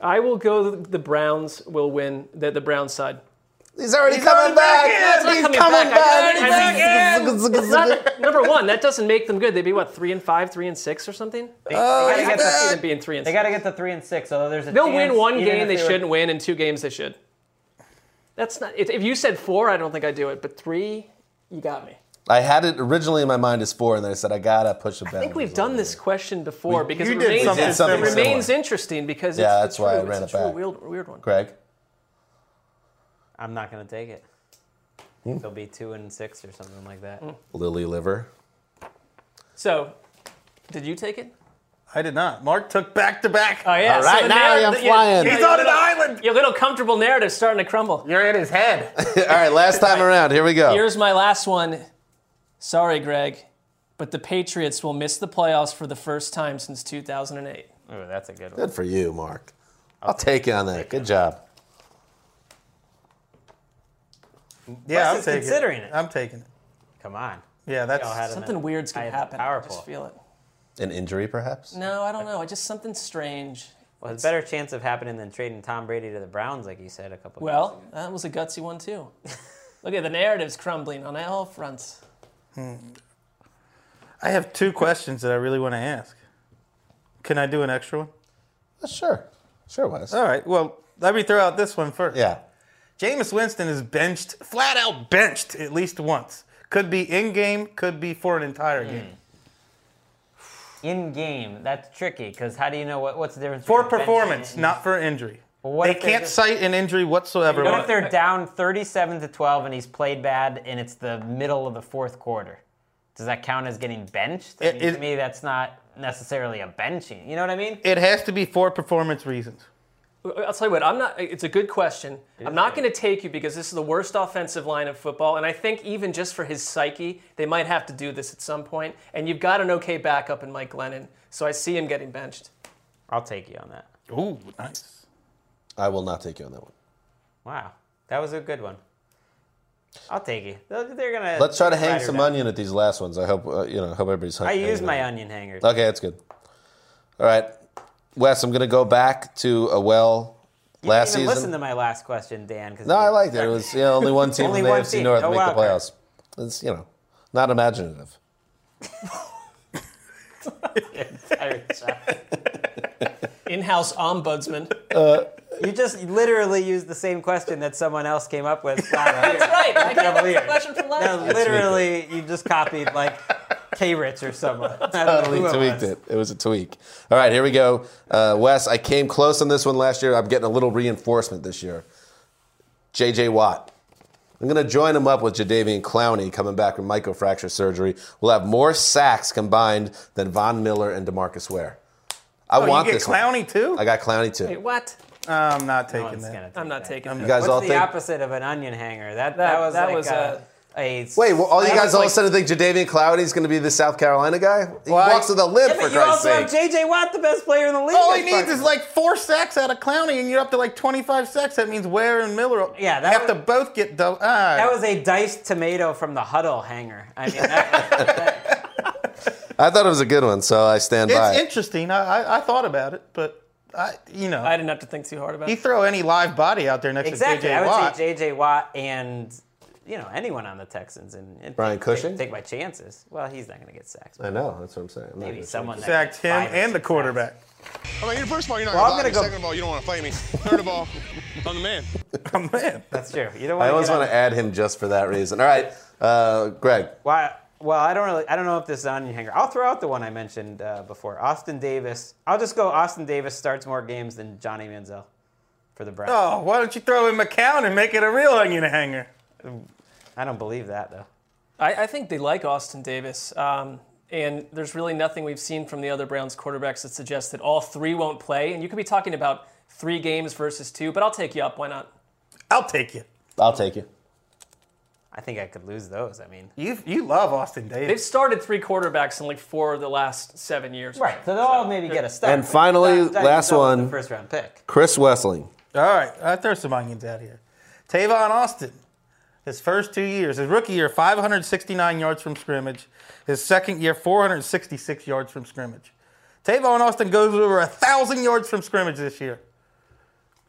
E: I will go. The Browns will win. The, the Browns side.
B: he's already coming back. in. He's
E: coming
B: coming
E: back. I- I-
B: back.
E: It's not number one. That doesn't make them good. They'd be what three and five, three and six, or something.
D: they,
E: I
D: gotta
E: can
D: get to,
C: Uh,
E: see them being three and.
D: they
E: six.
D: gotta get to three and six. Although there's a
E: They'll
D: chance,
E: win one
D: even
E: game
D: if
E: they,
D: were-
E: shouldn't win, and two games they should. That's not. If, if you said four, I don't think I'd do it. But three, you got me.
B: I had it originally in my mind as four, and then I said I gotta push it back.
E: I think we've done this question before because
C: you
E: it
C: did
E: remains,
C: something
E: it
B: similar.
E: remains interesting because it's,
B: Yeah, that's
E: it's
B: why I
E: true.
B: ran
E: it's
B: it
E: a true
B: back.
E: Weird, weird one.
B: Greg.
D: I'm not gonna take it. They'll be two and six or something like that.
C: Mm.
B: Lily Liver.
E: So, did you take it?
C: I did not. Mark took back to back.
E: Oh yeah.
B: All right,
E: the
B: now
E: narr-
B: I'm
E: the- your-
B: flying.
E: your
C: He's on an
E: little-
C: island.
E: Your little comfortable narrative's starting to crumble.
C: You're in his head.
B: All right, last time around. Here we go.
E: Here's my last one. Sorry, Greg, but the Patriots will miss the playoffs for the first time since 2008.
D: Ooh, that's a good one.
B: Good for you, Mark. I'll take you on that. Good job.
C: Yeah, I'm
D: is
C: taking
D: considering it.
C: I'm taking it.
D: Come on.
C: Yeah, that's
D: Y'all had a
E: Something
D: minute.
E: weird's gonna
D: I had the
E: happen. I
D: power
E: just
D: pull.
E: feel it.
B: An injury, perhaps.
E: No, I don't know. I just something strange.
D: Well, it's a better chance of happening than trading Tom Brady to the Browns, like you said a couple.
E: Well, that was a gutsy one too. Look at the narrative's crumbling on all fronts.
C: I have two questions that I really want to ask. Can I do an extra one?
B: Uh, Sure. Sure was.
C: All right. Well, let me throw out this one first.
B: Yeah.
C: Jameis Winston is benched, flat out benched at least once. Could be in game, could be for an entire
D: Hmm.
C: game.
D: In game, that's tricky because how do you know what, what's the difference?
C: For
D: between a bench
C: performance,
D: and-
C: not for injury.
D: what
C: they
D: if they
C: can't
D: just-
C: cite an injury whatsoever.
D: What if they're down 37 to 12 and he's played bad and it's the middle of the fourth quarter? Does that count as getting benched? I
C: It-
D: mean, to
C: it-
D: me, that's not necessarily a benching. You know what I mean?
C: it has to be for performance reasons.
E: I'll tell you what. I'm not. It's a good question. I'm not going to take you because this is the worst offensive line of football, and I think even just for his psyche, they might have to do this at some point. And you've got an okay backup in Mike Glennon, so I see him getting benched.
D: I'll take you on that.
C: Ooh, nice.
B: I will not take you on that one.
D: Wow, that was a good one. I'll take you. They're, they're gonna.
B: Let's try to
D: ride
B: hang
D: or
B: some
D: die.
B: onion at these last ones. I hope uh, you know. I Hope everybody's.
D: I used my onion hangers.
B: Okay, that's good. All right, Wes. I'm gonna go back to a well
D: You
B: last
D: didn't even listen
B: season.
D: to my last question, Dan. 'cause
B: no,
D: you-
B: I liked it. It was you know, only one team
D: Only
B: in the
D: one
B: AFC
D: team. Oh,
B: North
D: No
B: make the
D: wild card.
B: playoffs. It's you know not imaginative.
E: In-house ombudsman.
D: You just literally used the same question that someone else came up with. That's
E: right. I got
D: Cavalier.
E: a question from last.
D: No, literally, you just copied like K. Rich or someone.
B: Totally tweaked it. It was a tweak. All right, here we go. Uh, Wes, I came close on this one last year. I'm getting a little reinforcement this year. J.J. Watt. I'm going to join him up with Jadavian Clowney coming back from microfracture surgery. We'll have more sacks combined than Von Miller and DeMarcus Ware. I
C: Oh,
B: want
C: you get
B: this. one.
C: Clowney too?
B: I got Clowney too.
E: Wait, what?
C: I'm not taking that.
E: I'm not taking.
B: you
E: that.
B: guys all
D: What's the
B: think.
D: opposite of an onion hanger? That that,
E: That-
D: was
E: that
D: like
E: was
D: a, a,
B: Wait, well, all you
D: that
B: guys
D: was
B: all
D: like-
B: of a sudden think Jadavian Clowney is going to be the South Carolina guy? He
C: Why?
B: walks with a limp
D: Yeah,
B: for
D: but you
B: Christ's
D: also have
B: sake.
D: J.J. Watt, the best player in the league.
C: All he
D: That's
C: needs
D: fucking-
C: is like four sacks out of Clowney, and you're up to like 25 sacks. That means Ware and Miller
D: Yeah, that
C: have
D: was-
C: to both get Ah, double.
D: that was a diced tomato from the huddle hanger. I mean, that,
B: I thought it was a good one, so I stand by.
C: It's
B: it.
C: interesting. I, I, I thought about it, but I, you know,
E: I didn't have to think too hard about
C: you
E: it.
C: throw any live body out there next
D: Exactly.
C: to
D: I
C: JJ
D: would
C: Watt.
D: say J.J. Watt and you know anyone on the Texans and, and
B: Brian
D: take-
B: Cushing?
D: Take, my chances. Well, he's not going to get sacks.
B: I know that's what I'm saying. I'm not
D: Maybe
B: gonna
D: someone
C: sacked him and the quarterback.
I: I mean, first of all, you're not
D: Well, I'm
I: gonna bother
D: gonna
I: me.
D: go-
I: Second of all, you don't want to fight me. Third of all, I'm the man.
C: Oh, man,
D: That's true. You don't
B: say- I
D: want
B: always want to add him just for that reason. All right, uh, Greg.
D: Why? Well, I don't really. I don't know if this is an onion hanger. I'll throw out the one I mentioned uh, before. Austin Davis. I'll just go. Austin Davis starts more games than Johnny Manziel for the Browns.
C: Oh, why don't you throw in McCown and make it a real onion hanger?
D: I don't believe that though.
E: I, I think they like Austin Davis. Um, and there's really nothing we've seen from the other Browns quarterbacks that suggests that all three won't play. And you could be talking about three games versus two, but I'll take you up. Why not?
C: I'll take you.
B: I'll take you.
D: I think I could lose those. I mean,
C: You you love Austin
E: They've
C: Davis.
E: started three quarterbacks in like four of the last seven years.
D: right. So they'll all maybe get a start.
B: And finally,
D: Johnny
B: last
D: Manziel was
B: one,
D: The first round pick.
B: Chris Wessling.
C: All right, I throw some onions out here. Tavon Austin, his first two years, his rookie year, 569 yards from scrimmage. His second year, 466 yards from scrimmage. Tavon Austin goes over a thousand yards from scrimmage this year.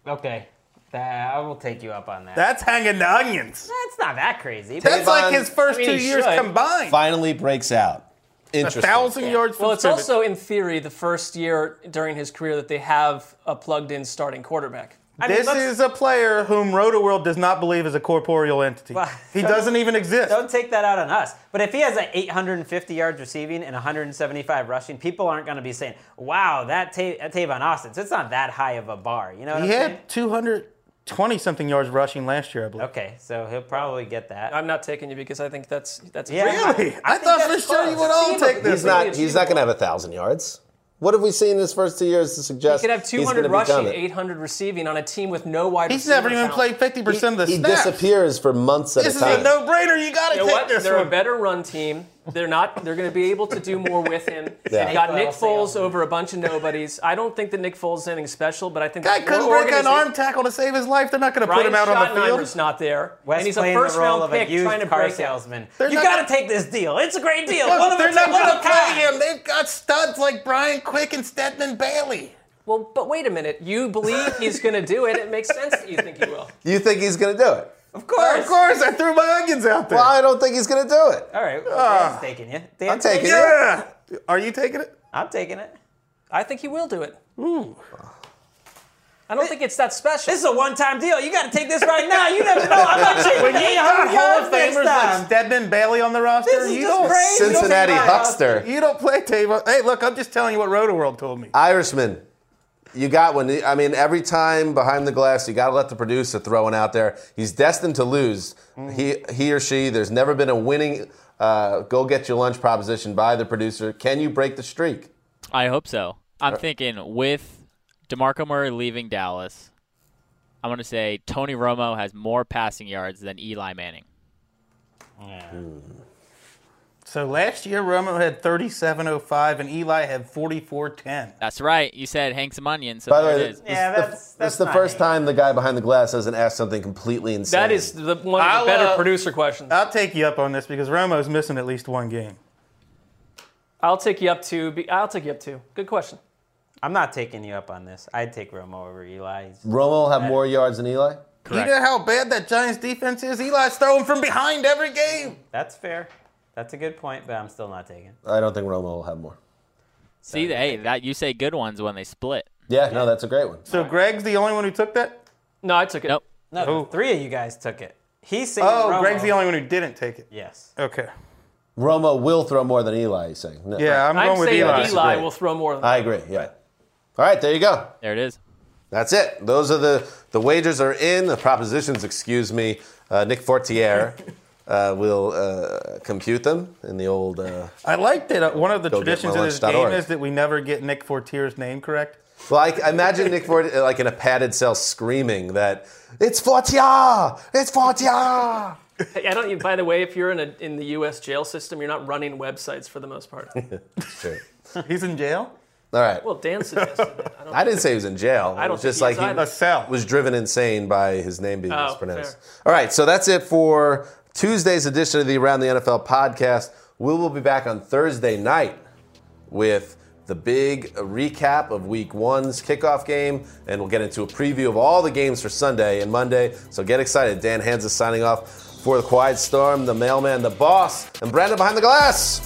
D: Okay. That, I will take you up on that.
C: That's hanging the onions.
D: That's not that crazy.
C: That's like his first
E: I mean,
C: two
E: he
C: years
E: should.
C: combined.
B: Finally breaks out.
C: A
B: Interesting.
C: thousand yards from
E: Well, it's
C: scrimmage.
E: also in theory the first year during his career that they have a plugged-in starting quarterback.
D: I mean,
C: this
D: let's-
C: is a player whom Roto World does not believe is a corporeal entity.
D: Well,
C: he doesn't even exist.
D: Don't take that out on us. But if he has like 850 yards receiving and 175 rushing, people aren't going to be saying, "Wow, that, Ta- that Tavon Austin." So it's not that high of a bar, you know what
C: He
D: I'm saying?
C: had 220 something yards rushing last year, I believe.
D: Okay, so he'll probably get that.
E: I'm not taking you because I think that's that's
D: Yeah.
C: Really? I,
D: think
C: thought for
D: that's
C: sure you
D: close.
C: would all
E: Seems like
B: He's
C: take this.
B: not. He's not going to have a thousand yards. What have we seen in his first two years to
E: He
B: suggest
E: could have
B: he's
E: 200
B: gonna be done
E: rushing,
B: it?
E: 800 receiving on a team with no wide.
C: He's
E: receiver
C: never even
E: talent.
C: played 50% of the
B: He
C: snaps.
B: disappears for months at
C: This
B: a
C: is
B: time.
C: a no-brainer. You got to
E: You know
C: take
E: what?
C: this
E: They're
C: one.
E: a better run team. They're not. They're going to be able to do more with him. They've got Nick Foles over a bunch of nobodies. I don't think that Nick Foles is anything special, but I think
C: Guy
E: that
C: couldn't
E: your
C: break an
E: organization-
C: arm tackle to save his life. They're not going to put
E: Brian
C: him out on the
E: Schottenheimer's
C: field.
E: not there,
D: West
E: and he's a
D: playing the
E: first
D: role
E: round
D: of a
E: pick
D: used
E: trying to
D: car
E: break it.
D: salesman.
C: They're
D: you
C: not
D: got to
C: gonna-
D: take this deal. It's a great deal.
C: Look,
D: One of
C: they're
D: a-
C: not
D: one of
C: going
D: a
C: to
D: kind.
C: play him. They've got studs like Brian Quick and Stedman Bailey.
E: Well, but wait a minute. You believe he's going to do it. It makes sense that you think he will.
B: You think he's going to do it?
D: Of course.
C: Of course, I threw my onions out there.
B: Well, I don't think he's going to do it.
D: All right. well, Dan's taking you. Dan's
B: I'm taking
D: you.
B: it.
C: yeah. Are you taking it?
D: I'm taking it.
E: I think he will do it. I don't think it's that special.
D: This is a one-time deal. You got to take this right now. You never know. I'm not changing
C: When you
D: 800
C: got Hall
D: yards
C: of
D: next
C: Famers like
D: time.
C: Stedman Bailey on the roster,
D: This is
C: you
D: just
C: don't
D: crazy.
B: Cincinnati
D: He's
B: huckster,
C: You don't play table. Hey, look, I'm just telling you what Roto World told me.
B: Irishman. You got one. I mean, every time behind the glass, you got to let the producer throw one out there. He's destined to lose. He, he or she. There's never been a winning. Uh, go get your lunch proposition by the producer. Can you break the streak?
F: I hope so.
B: Uh,
F: I'm thinking with DeMarco Murray leaving Dallas, I'm going to say Tony Romo has more passing yards than Eli Manning.
C: So last year, Romo had 37.05 and Eli had 44.10.
F: That's right. You said hang some onions. So
B: By the
F: there
B: way,
F: it
B: this,
F: is.
B: this is
D: Yeah,
B: the-
D: that's-
B: this
D: that's
B: is the
D: not
B: first
D: me.
B: time the guy behind the glass hasn't asked something completely insane.
E: That is the, one of
C: I'll,
E: the better
C: uh,
E: producer questions.
C: I'll take you up on this because Romo's missing at least one game.
E: I'll take you up to. be- I'll take you up to. Good question.
D: I'm not taking you up on this. I'd take Romo over Eli. He's-
B: Romo will have more yards than Eli.
F: Correct.
C: You know how bad that Giants defense is? Eli's throwing from behind every game.
D: That's fair. That's a good point, but I'm still not taking.
B: I don't think Romo will have more.
F: See, hey, that you say good ones when they split.
B: Yeah, no, that's a great one.
C: So Greg's the only one who took that?
E: No, I took it.
F: Nope.
D: No, the three of you guys took it. He's saying
C: Oh,
D: Romo.
C: Greg's the only one who didn't take it.
D: Yes.
C: Okay.
B: Romo will throw more than Eli. He's saying. No,
C: Yeah, I'm,
E: I'm
C: going with
E: saying
C: Eli. Uh,
E: Eli,
B: Great.
E: will throw more. Than
B: I agree. Yeah. All right, there you go.
F: There it is.
B: That's it. Those are the the wagers are in. The propositions, excuse me. Uh, Nick Fortier uh, will uh, compute them in the old. Uh,
C: I like that uh, one of the
B: Go get
C: traditions of this
B: mylunch.org.
C: game is that we never get Nick Fortier's name correct.
B: well, I, I imagine Nick Fortier like in a padded cell screaming that it's Fortier, it's Fortier.
E: Hey, I don't. By the way, if you're in a in the U.S. jail system, you're not running websites for the most part.
B: Sure.
C: He's in jail?
B: All right.
E: Well, Dan suggested that. I don't.
B: I didn't say he was in jail. I
E: don't
B: was just
E: think
B: like
E: he is
B: he
E: either.
C: A cell.
B: was driven insane by his name being
E: Oh,
B: mispronounced.
E: fair.
B: All right, so that's it for Tuesday's edition of the Around the NFL podcast. We will be back on Thursday night with the big recap of week one's kickoff game, and we'll get into a preview of all the games for Sunday and Monday. So get excited. Dan Hans is signing off for the Quiet Storm, the mailman, the boss, and Brandon behind the glass.